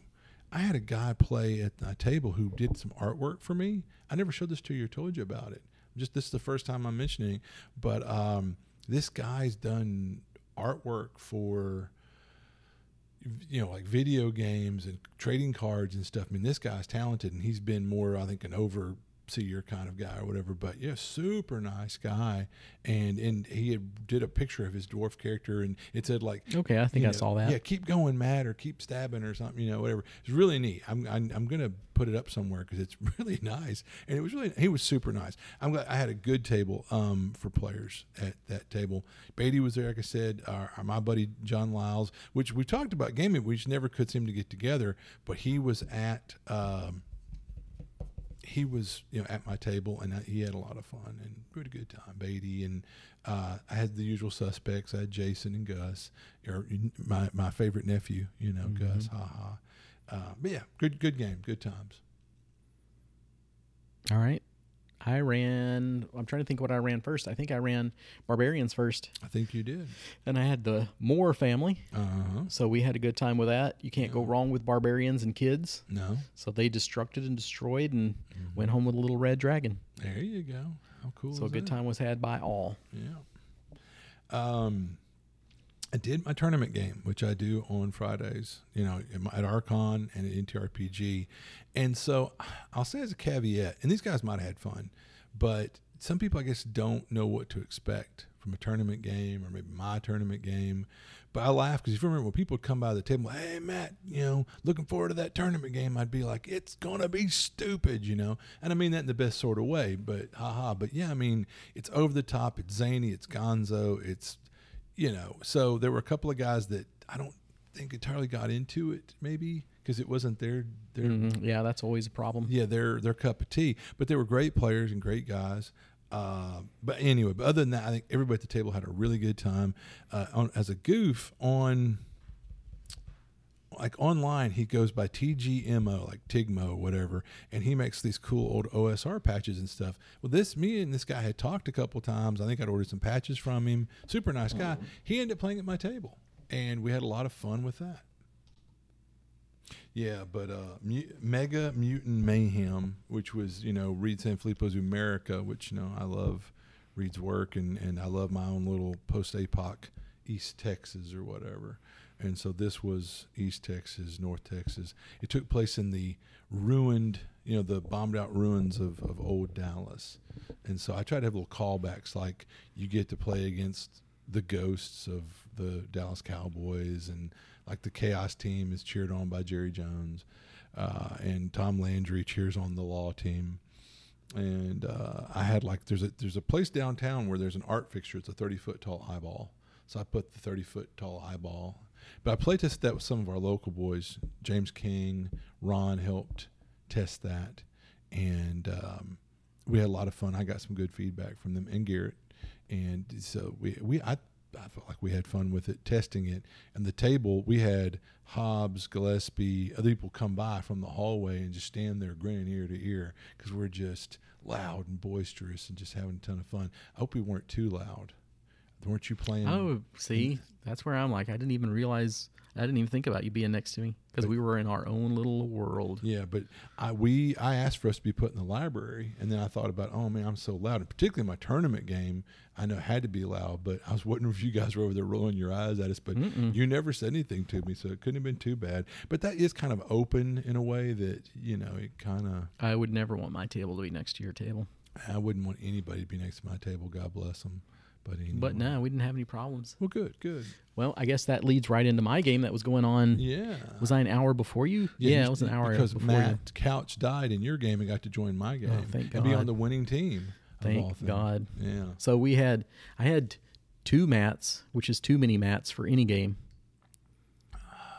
I had a guy play at my table who did some artwork for me. I never showed this to you or told you about it. Just this is the first time I'm mentioning, it. but um, this guy's done artwork for you know, like video games and trading cards and stuff. I mean, this guy's talented, and he's been more, I think, an overseer kind of guy or whatever. But yeah, super nice guy, and and he had, did a picture of his dwarf character, and it said like, Okay, I think you I know, saw that. Yeah, keep going, Matt, or keep stabbing, or something. You know, whatever. It's really neat. I'm I'm, I'm gonna put it up somewhere because it's really nice, and it was really he was super nice. I'm glad I had a good table um for players at that table. Beatty was there, like I said. Our, our- my buddy John Lyles, which we talked about gaming, we just never could seem to get together, but he was at. um he was you know at my table and I, he had a lot of fun and we had a good time beatty and uh, i had the usual suspects i had jason and gus or my, my favorite nephew you know Mm-hmm. gus haha uh, but yeah good good game good times All right. I ran. I'm trying to think what I ran first. I think I ran Barbarians first, i think you did and I had the Moore family, uh-huh so we had a good time with that. You can't go wrong with Barbarians and kids. no So they destructed and destroyed and Mm-hmm. went home with a little red dragon. there you go how cool So a is good that? time was had by all. yeah um I did my tournament game, which I do on Fridays, you know, at my- at Archon and at NTRPG. And so I'll say as a caveat, and these guys might have had fun, but some people, I guess, don't know what to expect from a tournament game or maybe my tournament game. But I laugh because if you remember when people would come by the table, hey Matt, you know, looking forward to that tournament game, I'd be like, it's gonna be stupid, you know. And I mean that in the best sort of way, but haha. But yeah, I mean, it's over the top, it's zany, it's gonzo, it's you know. So there were a couple of guys that I don't think entirely got into it, maybe because it wasn't their their Mhm. Yeah, that's always a problem. yeah their their cup of tea. But they were great players and great guys. Uh, but anyway, but other than that, I think everybody at the table had a really good time. Uh, on, as a goof on like online, he goes by TGMO, like Tigmo, whatever, and he makes these cool old OSR patches and stuff. Well, this me and this guy had talked a couple times. I think I'd ordered some patches from him. Super nice guy. He ended up playing at my table, and we had a lot of fun with that. Yeah, but uh, Mu- Mega Mutant Mayhem, which was you know Reed Sanfilippo's America, which you know I love Reed's work, and and I love my own little post APOC East Texas or whatever. And so this was East Texas, North Texas. It took place in the ruined, you know, the bombed out ruins of, of old Dallas. And so I try to have little callbacks like you get to play against the ghosts of the Dallas Cowboys and like the chaos team is cheered on by Jerry Jones uh, and Tom Landry cheers on the law team and uh, I had like there's a there's a place downtown where there's an art fixture. It's a 30 foot tall eyeball. So I put the 30 foot tall eyeball. But I play tested that with some of our local boys. James King, Ron helped test that, and um, we had a lot of fun. I got some good feedback from them and Garrett, and so we we I. I felt like we had fun with it, testing it. And the table, we had Hobbs, Gillespie, other people come by from the hallway and just stand there grinning ear to ear because we're just loud and boisterous and just having a ton of fun. I hope we weren't too loud. Weren't you playing? Oh, see, that's where I'm like, I didn't even realize, I didn't even think about you being next to me because we were in our own little world. Yeah, but I we I asked for us to be put in the library, and then I thought about, oh man, I'm so loud, and particularly my tournament game, I know it had to be loud, but I was wondering if you guys were over there rolling your eyes at us, but you never said anything to me, so it couldn't have been too bad. But that is kind of open in a way that you know it kind of. I would never want my table to be next to your table. I wouldn't want anybody to be next to my table. God bless them. But anyway. But no, we didn't have any problems. Well, good, good. Well, I guess that leads right into my game that was going on. Yeah. Was I an hour before you? Yeah, you- I was an hour because before Matt you. Oh, Couch died in your game and got to join my game thank and be on God. the winning team. of all Thank things. God. Yeah. So we had, I had two mats, which is too many mats for any game.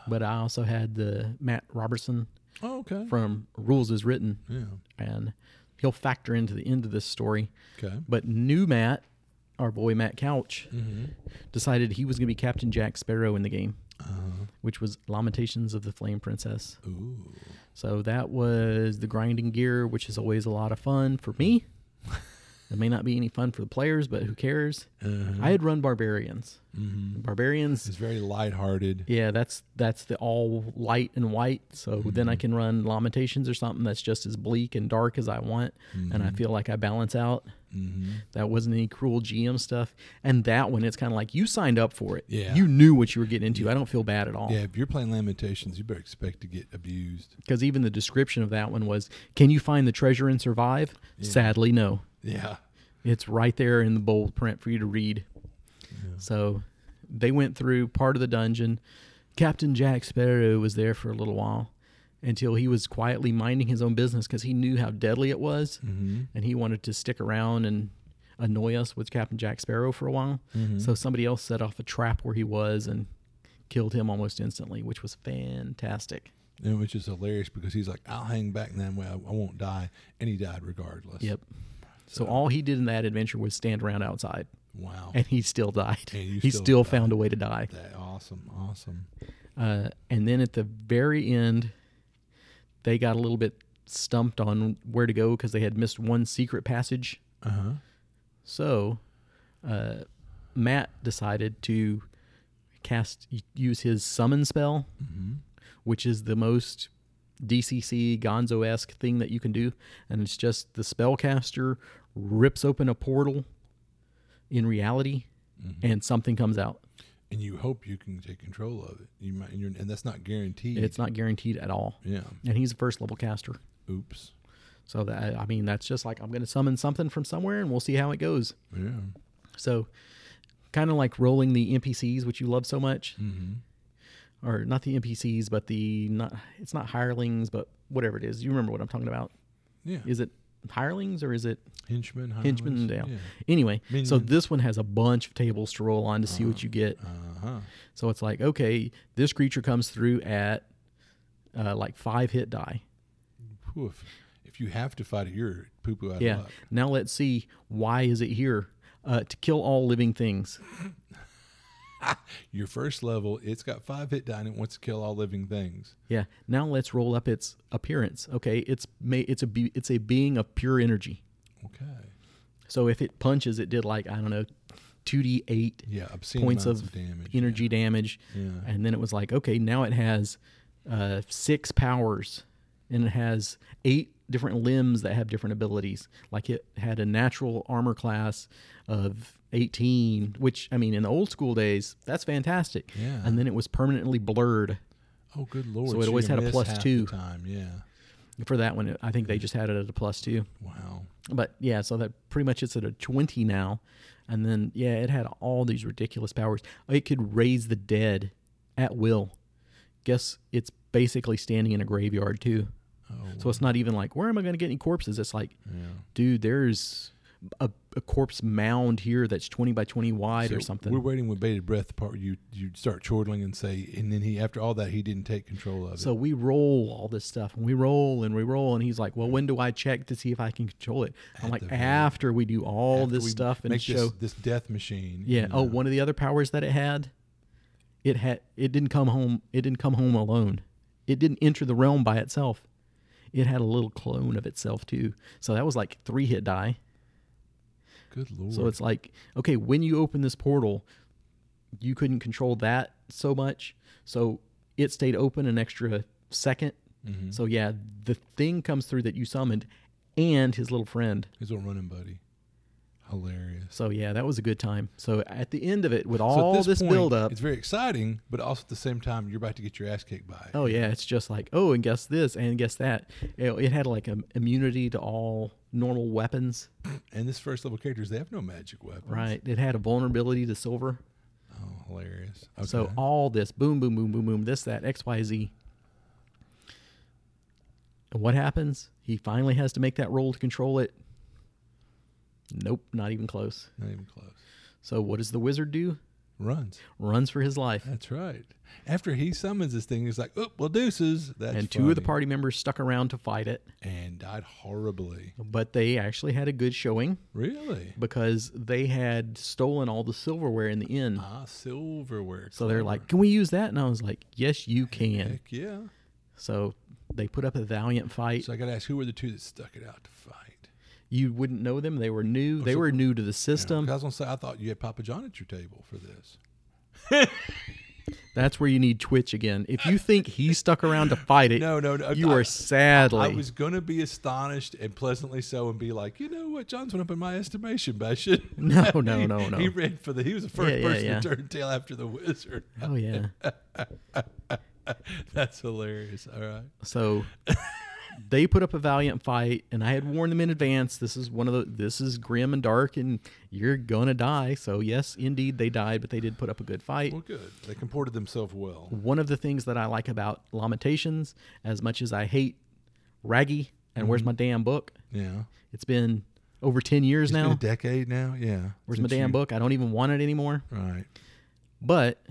But I also had the Matt Robertson Oh, okay. from Rules is Written, yeah. and he'll factor into the end of this story. Okay. But new Matt, our boy Matt Couch, decided he was going to be Captain Jack Sparrow in the game, which was Lamentations of the Flame Princess. Ooh. So that was the grinding gear, which is always a lot of fun for me. it may not be any fun for the players, but who cares? Mm-hmm. I had run barbarians. Barbarians, It's very lighthearted. yeah, that's that's the all light and white. So then Mm-hmm. I can run lamentations or something that's just as bleak and dark as I want, and I Mm-hmm. feel like I balance out. That wasn't any cruel GM stuff. And that one, it's kind of like you signed up for it. Yeah. you knew what you were getting into. I don't feel bad at all. Yeah, if you're playing Lamentations, you better expect to get abused. because even the description of that one was can you find the treasure and survive sadly no Yeah. it's right there in the bold print for you to read so they went through part of the dungeon captain jack sparrow was there for a little while until he was quietly minding his own business because he knew how deadly it was Mm-hmm. and he wanted to stick around and annoy us with captain jack sparrow for a while Mm-hmm. so somebody else set off a trap where he was and killed him almost instantly which was fantastic And which is hilarious because he's like, I'll hang back and that way I, I won't die. And he died regardless. Yep. So all he did in that adventure was stand around outside, Wow. and he still died. And you he still still, found a way to die. that awesome, awesome. Uh, and then at the very end, they got a little bit stumped on where to go because they had missed one secret passage. Uh huh. So uh, Matt decided to cast use his summon spell, which is the most DCC Gonzo esque thing that you can do, and it's just the spellcaster rips open a portal in reality, and something comes out. And you hope you can take control of it. You might, and, you're, and that's not guaranteed. It's not guaranteed at all, yeah. and he's a first level caster. Oops. So that I mean, that's just like I'm going to summon something from somewhere, and we'll see how it goes. Yeah. So kind of like rolling the NPCs, which you love so much, Mm-hmm. or not the NPCs, but the not it's not hirelings, but whatever it is. You remember what I'm talking about? Yeah. Is it hirelings or is it Henchman. henchmen? hirelings, Yeah. Anyway, so Minion. this one has a bunch of tables to roll on to see what you get. Yeah. Uh huh. So it's like, okay, this creature comes through at uh, like five hit die. Poof. If you have to fight it, you're poo poo out yeah. of luck. Now let's see why is it here uh, to kill all living things. Your first level, it's got five hit die and it wants to kill all living things. Yeah. Now let's roll up its appearance. Okay, it's ma- it's a be- it's a being of pure energy. Okay. So if it punches, it did like I don't know, two d eight Yeah. Obscene points amounts of, of, damage. yeah. energy damage, Yeah. and then it was like, okay, now it has uh, six powers, and it has eight different limbs that have different abilities. Like it had a natural armor class of. 18 which i mean in the old school days that's fantastic Yeah. and then it was permanently blurred Oh, good lord! So it you always had a miss plus half the two. time. Yeah. for that one i think they just had it at a plus two Wow. but yeah, so that pretty much it's at a 20 now. And then, yeah, it had all these ridiculous powers. It could raise the dead at will. Guess it's basically standing in a graveyard, too. Oh. So it's not even like, where am I going to get any corpses? It's like, yeah. dude, there's a, a corpse mound here that's 20 by 20 wide or So something. We're waiting with bated breath. The part where you you start chortling and say, and then he after all that he didn't take control of So we roll all this stuff and we roll and we roll. And he's like, well, when do I check to see if I can control it? I'm At like, the very- after we do it. all After this we stuff and make show. this, this death machine. Yeah. Oh, you know. one of the other powers that it had, it had it didn't come home. It didn't come home alone. It didn't enter the realm by itself. It had a little clone of itself too. So that was like three hit die. Good lord. So it's like okay, when you open this portal, you couldn't control that so much. So it stayed open an extra 2nd Mhm. So yeah, the thing comes through that you summoned, and his little friend. his old running buddy. Hilarious. So yeah, that was a good time. So at the end of it, with all this, point, build up, it's very exciting, but also at the same time, you're about to get your ass kicked by it. Oh yeah, it's just like oh, and guess this, and guess that. You know, It had like an immunity to all normal weapons, And this first level characters, they have no magic weapons. right? It had a vulnerability to silver. Oh, hilarious. Okay. So all this, boom, boom, boom, boom, boom, this, that, X, Y, Z. And what happens? He finally has to make that roll to control it. Nope, not even close. not even close. So what does the wizard do? Runs. Runs for his life, That's right. After he summons this thing, he's like, "Oh, well, deuces." That's and two of the funny. party members stuck around to fight it, and died horribly. but they actually had a good showing. Really? because they had stolen all the silverware in the inn. Ah, silverware. So they're clever. like, "Can we use that?" And I was like, "Yes, you can." Heck yeah. So they put up a valiant fight. So I got to ask, who were the two that stuck it out to fight? You wouldn't know them; they were new. They so- were new to the Yeah, system. 'cause I was gonna say, I thought you had Papa John at your table for this. That's where you need Twitch again. If you think he stuck around to fight it, No, no, no. you I- are sadly. I was gonna be astonished and pleasantly so, and be like, you know what, John's went up in my estimation, but I shouldn't. No, have." no, He- no, no. He ran for the. He was the first Yeah, yeah, person yeah. to turn tail after the wizard. oh yeah. That's hilarious. All right. So they put up a valiant fight, and I had warned them in advance. This is one of the. This is grim and dark, and you're gonna die. So yes, indeed, they died, but they did put up a good fight. Well, good. They comported themselves well. one of the things that I like about Lamentations, as much as I hate Raggy and Mm-hmm. Where's My Damn Book, Yeah. it's been over 10 years It's now. been a decade now. Yeah. Where's My Since Damn you- Book? I don't even want it anymore. Right. But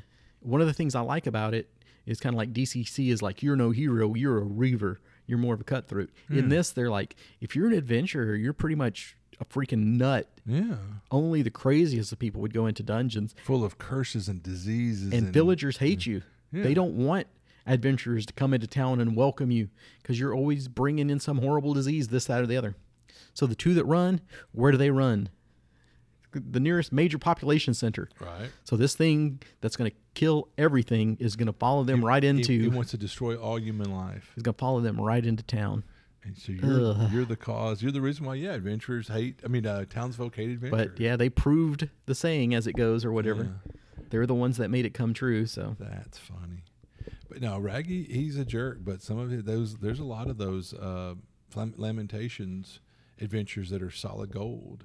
one of the things I like about it is kind of like DCC is like, you're no hero, you're a reaver, you're more of a cutthroat. Hmm. In this, they're like, if you're an adventurer, you're pretty much a freaking nut. Yeah. Only the craziest of people would go into dungeons, Full of curses and diseases. and villagers hate you. Yeah. They don't want adventurers to come into town and welcome you because you're always bringing in some horrible disease, this, that, or the other. So the two that run, where do they run? The nearest major population center. Right. So this thing that's going to kill everything is going to follow them right He- into. He, wants to destroy all human life. is going to follow them right into town. And so you're, you're the cause. You're the reason why, yeah, adventurers hate. I mean, uh, townsfolk hate adventurers. But yeah, they proved the saying as it goes or whatever. They're the ones that made it come true. So That's funny. But no, Raggy, he's a jerk. But some of it, those, there's a lot of those uh, Lam- Lamentations adventures that are solid gold,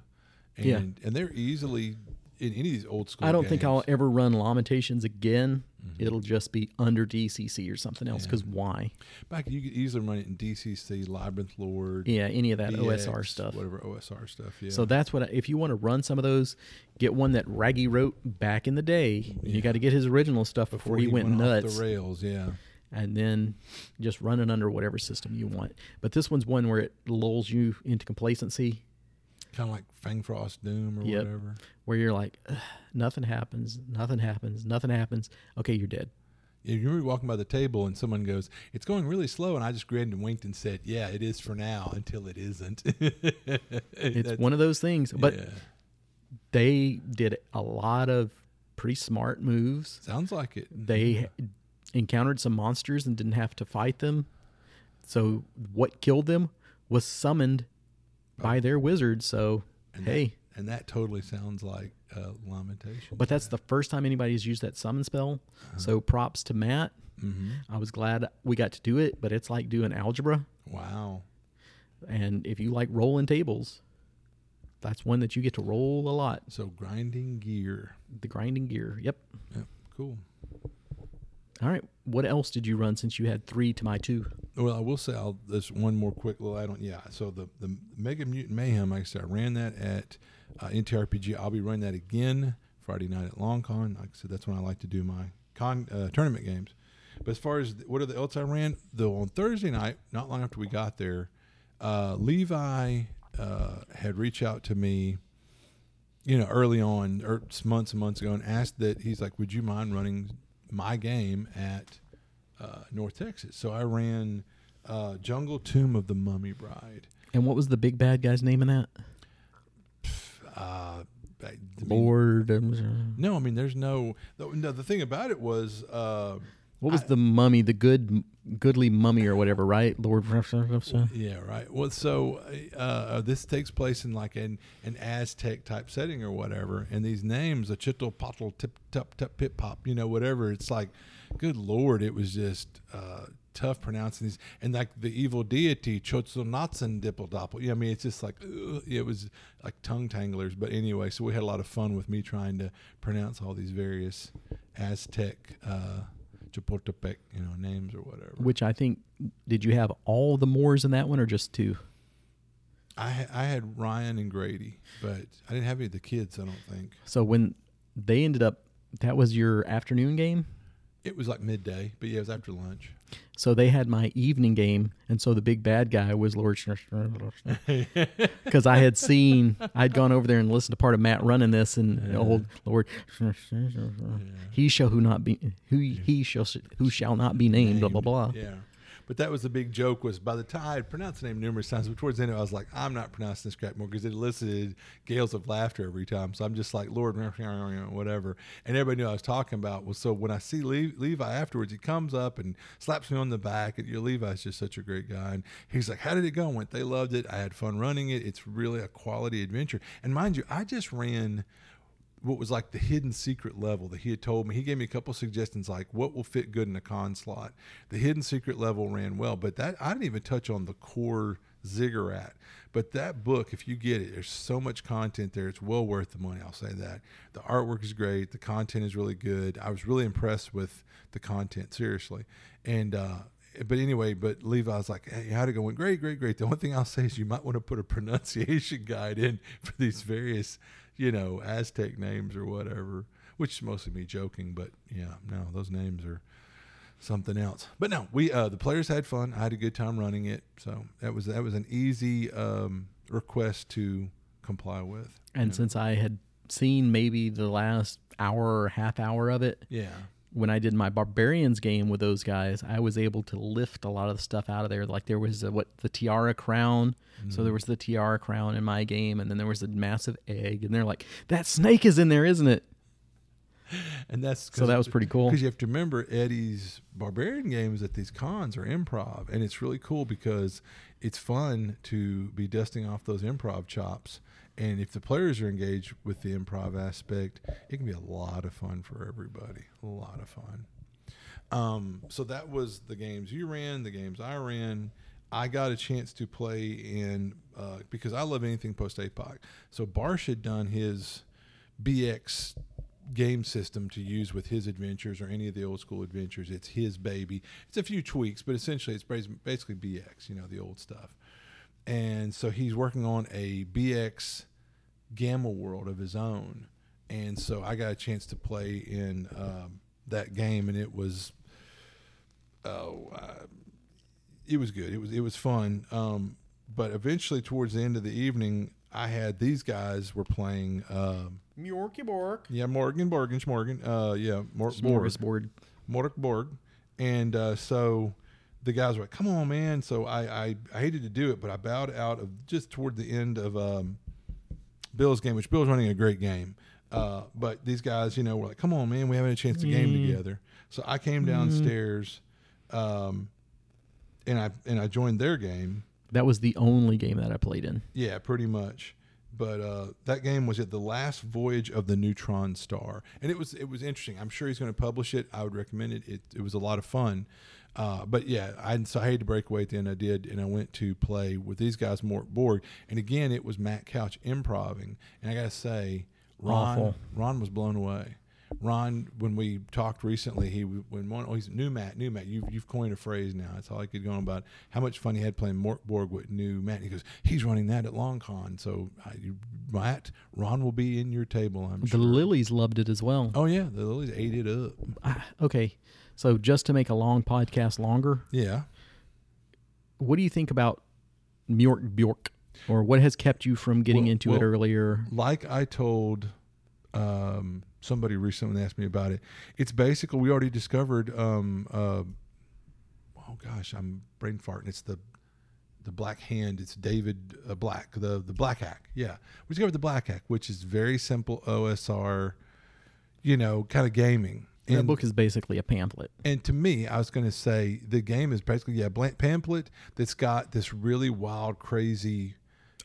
and Yeah. and they're easily in any of these old school. I don't think games. I'll ever run Lamentations again. Mhm. It'll just be under DCC or something else. Yeah. Because why? Back you could easily run it in DCC, Labyrinth Lord, Yeah, any of that DX, OSR stuff. whatever OSR stuff. Yeah. So that's what I, if you want to run some of those, get one that Raggy wrote back in the day. Yeah. You got to get his original stuff before, he, went, nuts, off the rails. Yeah. and then just run it under whatever system you want. But this one's one where it lulls you into complacency, Kind of like Fang Frost Doom or Yep. whatever. where you're like, "Ugh, nothing happens, nothing happens, nothing happens. Okay, you're dead. Yeah, you remember walking by the table and someone goes, "It's going really slow," and I just grinned and winked and said, "Yeah, it is for now until it isn't." It's That's- one of those things. But yeah. they did a lot of pretty smart moves. sounds like it. They encountered some monsters and didn't have to fight them. So what killed them was summoned by their wizard. So And hey, that, and that totally sounds like uh, lamentation. but that's the first time anybody's used that summon spell. So props to Matt. hmm I was glad we got to do it, but it's like doing algebra. wow. And if you like rolling tables, that's one that you get to roll a lot. So grinding gear. The grinding gear. Yep. Yep. Cool. All right. What else did you run since you had three to my two? Well, I will say I'll, there's one more quick little add on. Yeah, so the the Mega Mutant Mayhem, like I said, I ran that at uh, NTRPG. I'll be running that again Friday night at Long Con. Like I said, that's when I like to do my con uh, tournament games. But as far as th- what are the else I ran, though, on Thursday night, not long after we got there, uh, Levi uh, had reached out to me you know, early on, or s- months and months ago, and asked that he's like, "Would you mind running my game at uh, North Texas?" So I ran uh, Jungle Tomb of the Mummy Bride. And what was the big bad guy's name in that? Uh, I- I mean- Lord. um, no, I mean, there's no, no. no, The thing about it was, uh, What was the mummy? The good, goodly mummy or whatever, right? Lord. yeah, right. Well, so uh, this takes place in like an an Aztec type setting or whatever, and these names, a chitl potl tip tup tup pip pop, you know, whatever. It's like, good lord, it was just. Uh, Tough pronouncing these, and like the evil deity Chotzonatsen Dippeldoppel. Yeah, I mean, it's just like ugh, it was like tongue tanglers. But anyway, so we had a lot of fun with me trying to pronounce all these various Aztec, uh, Chapultepec, you know, names or whatever. Which I think, did you have all the Moors in that one or just two? I ha- I had Ryan and Grady, but I didn't have any of the kids. I don't think So when they ended up, that was your afternoon game? it was like midday, but yeah, it was after lunch. So they had my evening game, and so the big bad guy was Lord because I had seen I'd gone over there and listened to part of Matt running this, and old Lord, Hmm. he shall who not be who he shall who shall not be named, blah blah blah. Yeah, but that was the big joke. Was by the time I had pronounced the name numerous times, but towards the end, of it, I was like, I'm not pronouncing this crap more because it elicited gales of laughter every time. So I'm just like, Lord, whatever. And everybody knew I was talking about. Well, so when I see Le- Levi afterwards, he comes up and slaps me on the back. And your Levi's just such a great guy. And he's like, How did it go? I went, They loved it. I had fun running it. It's really a quality adventure. And mind you, I just ran what was like the hidden secret level that he had told me. He gave me a couple suggestions like what will fit good in a con slot. The hidden secret level ran well, but that I didn't even touch on the core ziggurat. But that book, if you get it, there's so much content there. It's well worth the money. I'll say that. The artwork is great. The content is really good. I was really impressed with the content, seriously. And uh but anyway, but Levi's like, hey, how'd it go? Went great, great, great. The only thing I'll say is you might want to put a pronunciation guide in for these various, you know, Aztec names or whatever, which is mostly me joking, but yeah, no, those names are something else. But no, we uh the players had fun. I had a good time running it. So that was that was an easy um request to comply with. And since I had seen maybe the last hour or half hour of it, Yeah. when I did my barbarians game with those guys, I was able to lift a lot of the stuff out of there. Like there was a, what the tiara crown, so there was the tiara crown in my game, and then there was a massive egg, and they're like, "That snake is in there, isn't it?" And that's So that was pretty cool. Because you have to remember Eddie's barbarian games at these cons are improv, and it's really cool because it's fun to be dusting off those improv chops. And if the players are engaged with the improv aspect, it can be a lot of fun for everybody. A lot of fun. Um, so that was the games you ran, the games I ran. I got a chance to play in uh, because I love anything post APOC. So Barsh had done his BX game system to use with his adventures or any of the old school adventures. It's his baby. It's a few tweaks, but essentially it's bas- basically BX, you know, the old stuff. And so he's working on a BX Gamma World of his own. And so I got a chance to play in um, that game, and it was oh, uh, it was good. It was it was fun. Um, but eventually, towards the end of the evening, I had these guys were playing. Um, Yorky Bork. yeah, Morgan Borgen Schmorgan. Uh, yeah, Mor- Borg. Smorgasbord. Mork Borg. And uh, so the guys were like, come on, man. So I, I, I hated to do it, but I bowed out of just toward the end of um, Bill's game, which Bill's running a great game. Uh, but these guys, you know, were like, come on, man, we haven't had a chance to game together. So I came downstairs um, and I and I joined their game. That was the only game that I played in. Yeah, pretty much. But uh, that game was at the last voyage of the neutron star, and it was it was interesting. I'm sure he's going to publish it. I would recommend it. It, it was a lot of fun. Uh, but yeah, I so I had to break away at the end. I did, and I went to play with these guys, Mort Borg, and again it was Matt Couch improving, and I gotta say, Ron Awful. Ron was blown away. Ron, when we talked recently, he when one oh he's new Matt, new Matt. You've you've coined a phrase now. That's all I could go on about how much fun he had playing Mort Borg with new Matt. He goes, he's running that at Long Con, so I, you, Matt, Ron will be in your table. I'm The sure. Lilies loved it as well. oh yeah, the lilies ate it up. Ah, okay, so just to make a long podcast longer, Yeah, what do you think about Mjork Bjork? Or what has kept you from getting Well- into well- it earlier? like I told um, somebody recently asked me about it. It's basically we already discovered. Um, uh, oh gosh, I'm brain farting. It's the the Black Hand. It's David uh, Black. The the Black Hack. Yeah, we discovered the Black Hack, which is very simple OSR. You know, kind of gaming. The book is basically a pamphlet. And to me, I was going to say the game is basically yeah, blank pamphlet that's got this really wild, crazy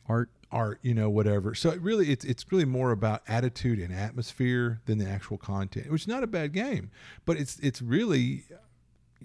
Art. art, you know, whatever. So it really, it's it's really more about attitude and atmosphere than the actual content, which is not a bad game, but it's it's really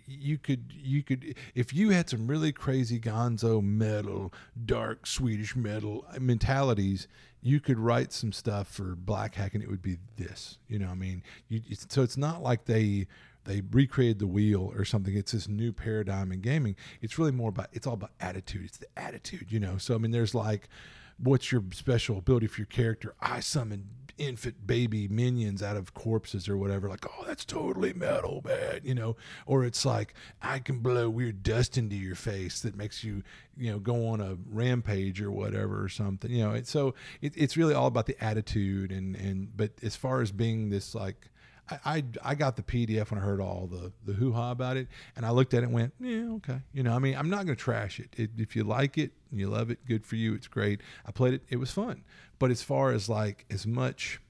you could you could if you had some really crazy gonzo metal dark swedish metal mentalities you could write some stuff for black hack and it would be this you know what i mean you it's, so it's not like they they recreated the wheel or something it's this new paradigm in gaming it's really more about it's all about attitude it's the attitude you know so i mean there's like what's your special ability for your character i summon infant baby minions out of corpses or whatever like oh that's totally metal man you know or it's like i can blow weird dust into your face that makes you you know go on a rampage or whatever or something you know it's so it, it's really all about the attitude and and but as far as being this like I, I, I got the PDF when I heard all the, the hoo ha about it, and I looked at it and went, yeah, okay. You know, I mean, I'm not going to trash it. it. If you like it and you love it, good for you. It's great. I played it, it was fun. But as far as like as much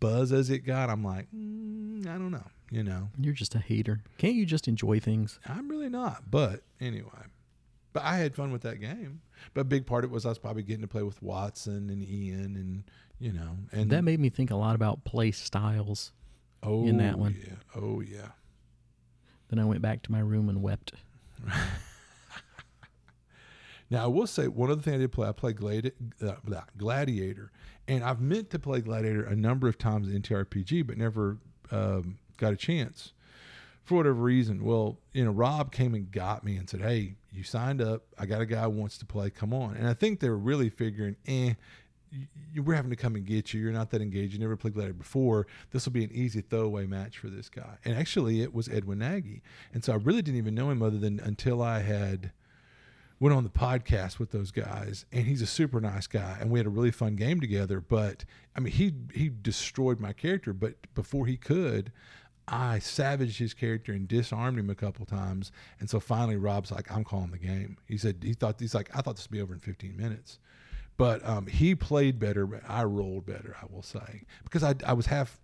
buzz as it got, I'm like, mm, I don't know. You know, You're just a hater. Can't you just enjoy things? I'm really not. But anyway, but I had fun with that game. But a big part of it was I was probably getting to play with Watson and Ian and, you know, and That made me think a lot about play styles. oh, in that one. Yeah. Oh, yeah. Then I went back to my room and wept. Now I will say one other thing I did play. I played Gladi- uh, blah, Gladiator, and I've meant to play Gladiator a number of times in TRPG, but never um, got a chance for whatever reason. Well, you know, Rob came and got me and said, "Hey, you signed up. I got a guy who wants to play. Come on." And I think they're really figuring, eh. y- y- We're having to come and get you. You're not that engaged. You never played Gladiator before. This will be an easy throwaway match for this guy. And actually, it was Edwin Nagy. And so I really didn't even know him other than until I had went on the podcast with those guys and he's a super nice guy and we had a really fun game together but i mean he he destroyed my character but before he could i savaged his character and disarmed him a couple times and so finally rob's like i'm calling the game he said he thought he's like i thought this would be over in 15 minutes but um, he played better but i rolled better i will say because i, I was half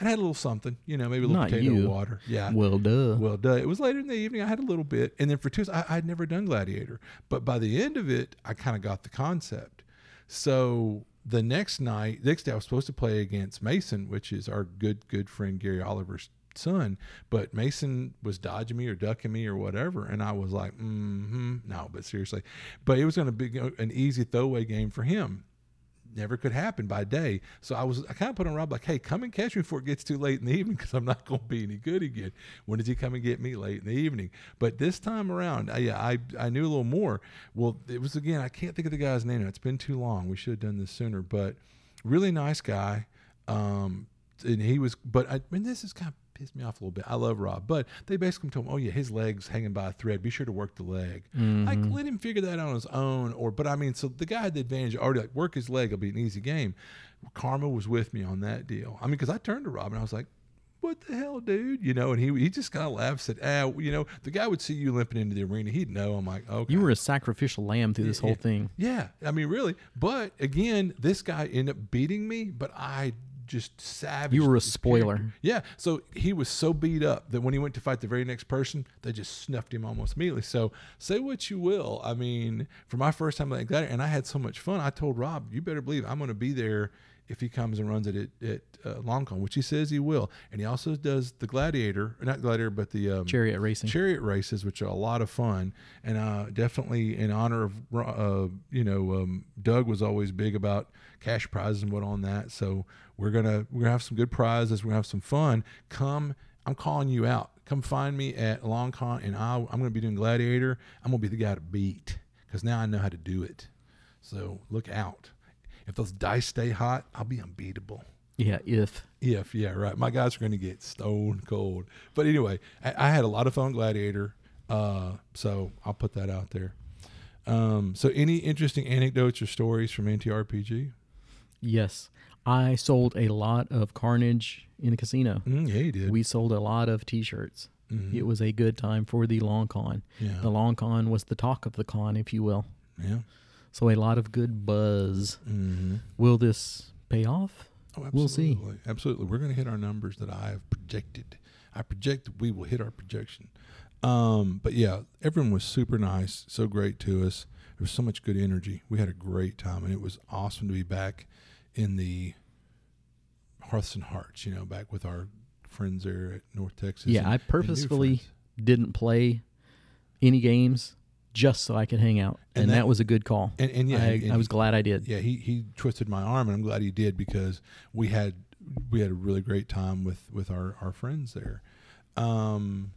i had a little something you know maybe a little Not potato you. water yeah Well, duh. well done. It was later in the evening. I had a little bit, and then for Tuesday, I, I'd never done Gladiator, but by the end of it, I kind of got the concept. So the next night, next day, I was supposed to play against Mason, which is our good good friend Gary Oliver's son, but Mason was dodging me or ducking me or whatever, and I was like, mm-hmm, no, but seriously, but it was going to be an easy throwaway game for him never could happen by day. So I was I kind of put on Rob like, hey, come and catch me before it gets too late in the evening because I'm not going to be any good again. When did he come and get me late in the evening? But this time around, I, yeah, I I knew a little more. Well, it was again I can't think of the guy's name. now. It's been too long. We should have done this sooner. But really nice guy. Um, and he was, but I, I mean, this is kind of pissed me off a little bit. I love Rob, but they basically told him, "Oh yeah, his leg's hanging by a thread. Be sure to work the leg." Like let him figure that out on his own. Or, but I mean, so the guy had the advantage already. Like work his leg, it'll be an easy game. Karma was with me on that deal. I mean, because I turned to Rob and I was like. What the hell, dude? You know, and he he just kind of laughed, said, "Ah, you know, the guy would see you limping into the arena, he'd know." I'm like, "Okay." You were a sacrificial lamb through this whole thing. Yeah, I mean, really. But again, this guy ended up beating me, but I just savage. You were a spoiler. Yeah, so he was so beat up that when he went to fight the very next person, they just snuffed him almost immediately. So say what you will. I mean, for my first time like that, and I had so much fun. I told Rob, you better believe I'm going to be there if he comes and runs it at, at uh, Long Con, which he says he will. And he also does the Gladiator, or not Gladiator, but the um, Chariot racing. chariot races, which are a lot of fun, and uh, definitely in honor of uh, you know um, Doug was always big about cash prizes and what on that. So we're gonna we're gonna have some good prizes. We're gonna have some fun. Come, I'm calling you out. Come find me at Long Con, and I, I'm gonna be doing Gladiator. I'm gonna be the guy to beat because now I know how to do it. So look out. If those dice stay hot, I'll be unbeatable. Yeah, if If yeah, right. My guys are going to get stone cold. But anyway, I, I had a lot of fun Gladiator, uh, so I'll put that out there. Um, so, any interesting anecdotes or stories from NTRPG? yes, I sold a lot of Carnage in the casino. Mm, yeah, you did. We sold a lot of T-shirts. It was a good time for the long con. Mm-hmm. Yeah. The long con was the talk of the con, if you will. yeah. So a lot of good buzz. Mm-hmm. Will this pay off? Oh, absolutely. We'll see. Absolutely. We're going to hit our numbers that I have projected. I project that we will hit our projection. Um, but yeah, everyone was super nice, so great to us. There was so much good energy. We had a great time, and it was awesome to be back in the Hearths and Hearts, you know, back with our friends there at North Texas. yeah, and- I and new purposefully friends. didn't play any games just so I could hang out, and, And that, that- was a good call. And, and yeah, I, and I was glad I did. yeah, he he twisted my arm, and I'm glad he did because we had we had a really great time with with our our friends there. Um,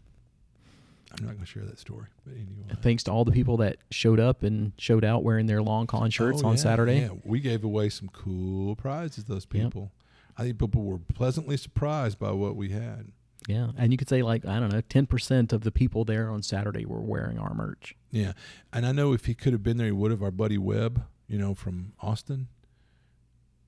I'm not going to share that story, but anyway. Thanks to all the people that showed up and showed out wearing their long con shirts Oh, on yeah, Saturday. Yeah, we gave away some cool prizes. to Those people, I think people were pleasantly surprised by what we had. Yeah, and you could say like I don't know, ten percent of the people there on Saturday were wearing our merch. Yeah, and I know if he could have been there, he would have. Our buddy Webb, you know, from Austin.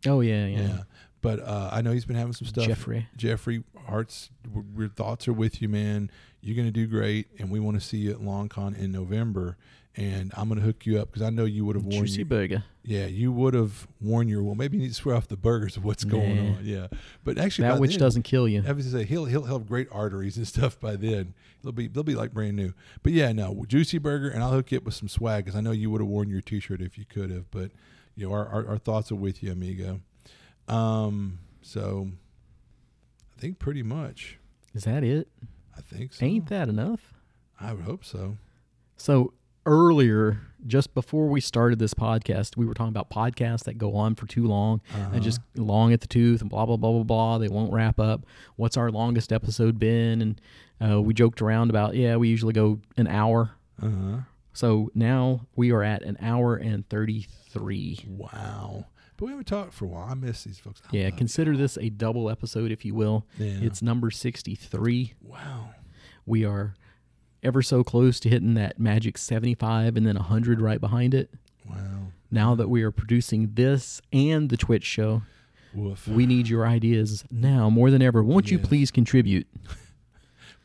Oh yeah, yeah. But uh, I know he's been having some stuff. Jeffrey. Jeffrey, hearts, w- your thoughts are with you, man. You're going to do great, and we want to see you at Long Con in November. And I'm going to hook you up because I know you would have worn. Juicy Your, burger. yeah, you would have worn your. Well, maybe you need to swear off the burgers of what's going Nah. on. Yeah, but actually, That by which then- doesn't kill you. I was gonna say he'll he'll have great arteries and stuff by then. They'll be they'll be like brand new. But yeah, no juicy burger, and I'll hook you up with some swag because I know you would have worn your T-shirt if you could have. But you know, our, our our thoughts are with you, amigo. Um, so I think pretty much. Is that it? I think so. Ain't that enough? I would hope so. So earlier, just before we started this podcast, we were talking about podcasts that go on for too long Uh-huh. and just long at the tooth and blah blah blah blah blah. They won't wrap up. What's our longest episode been? And uh, we joked around about yeah, we usually go an hour. Uh huh. So now we are at an hour and thirty three. Wow. But we haven't talked for a while. I miss these folks. I Yeah, love- consider this a double episode, if you will. Oh Yeah. It's number sixty three. wow. We are ever so close to hitting that magic seventy five, and then hundred right behind it. Wow. Now that we are producing this and the Twitch show, Woof. we need your ideas now more than ever. Won't you Yes. please contribute?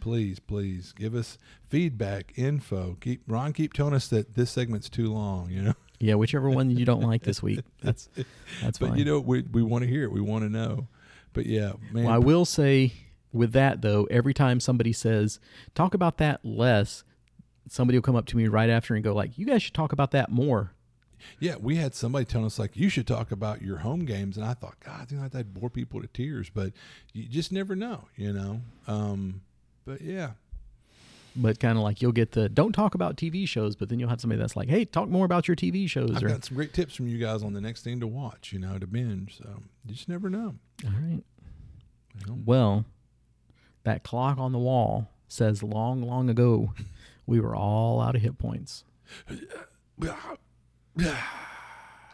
please please give us feedback info keep ron keep telling us that this segment's too long you know Yeah, whichever one you don't like this week. That's that's but fine. you know we, we want to hear it we want to know but yeah man Well, I will say with that though, every time somebody says, "Talk about that less," somebody will come up to me right after and go like, "You guys should talk about that more." yeah we had somebody telling us like you should talk about your home games and i thought god i think like that bore people to tears but you just never know you know um but yeah But kind of like you'll get the don't talk about TV shows, but then you'll have somebody that's like, hey, talk more about your TV shows. I've or, got some great tips from you guys on the next thing to watch, you know, to binge. So you just never know. All right. Well. Well, that clock on the wall says long, long ago, we were all out of hit points. Yeah.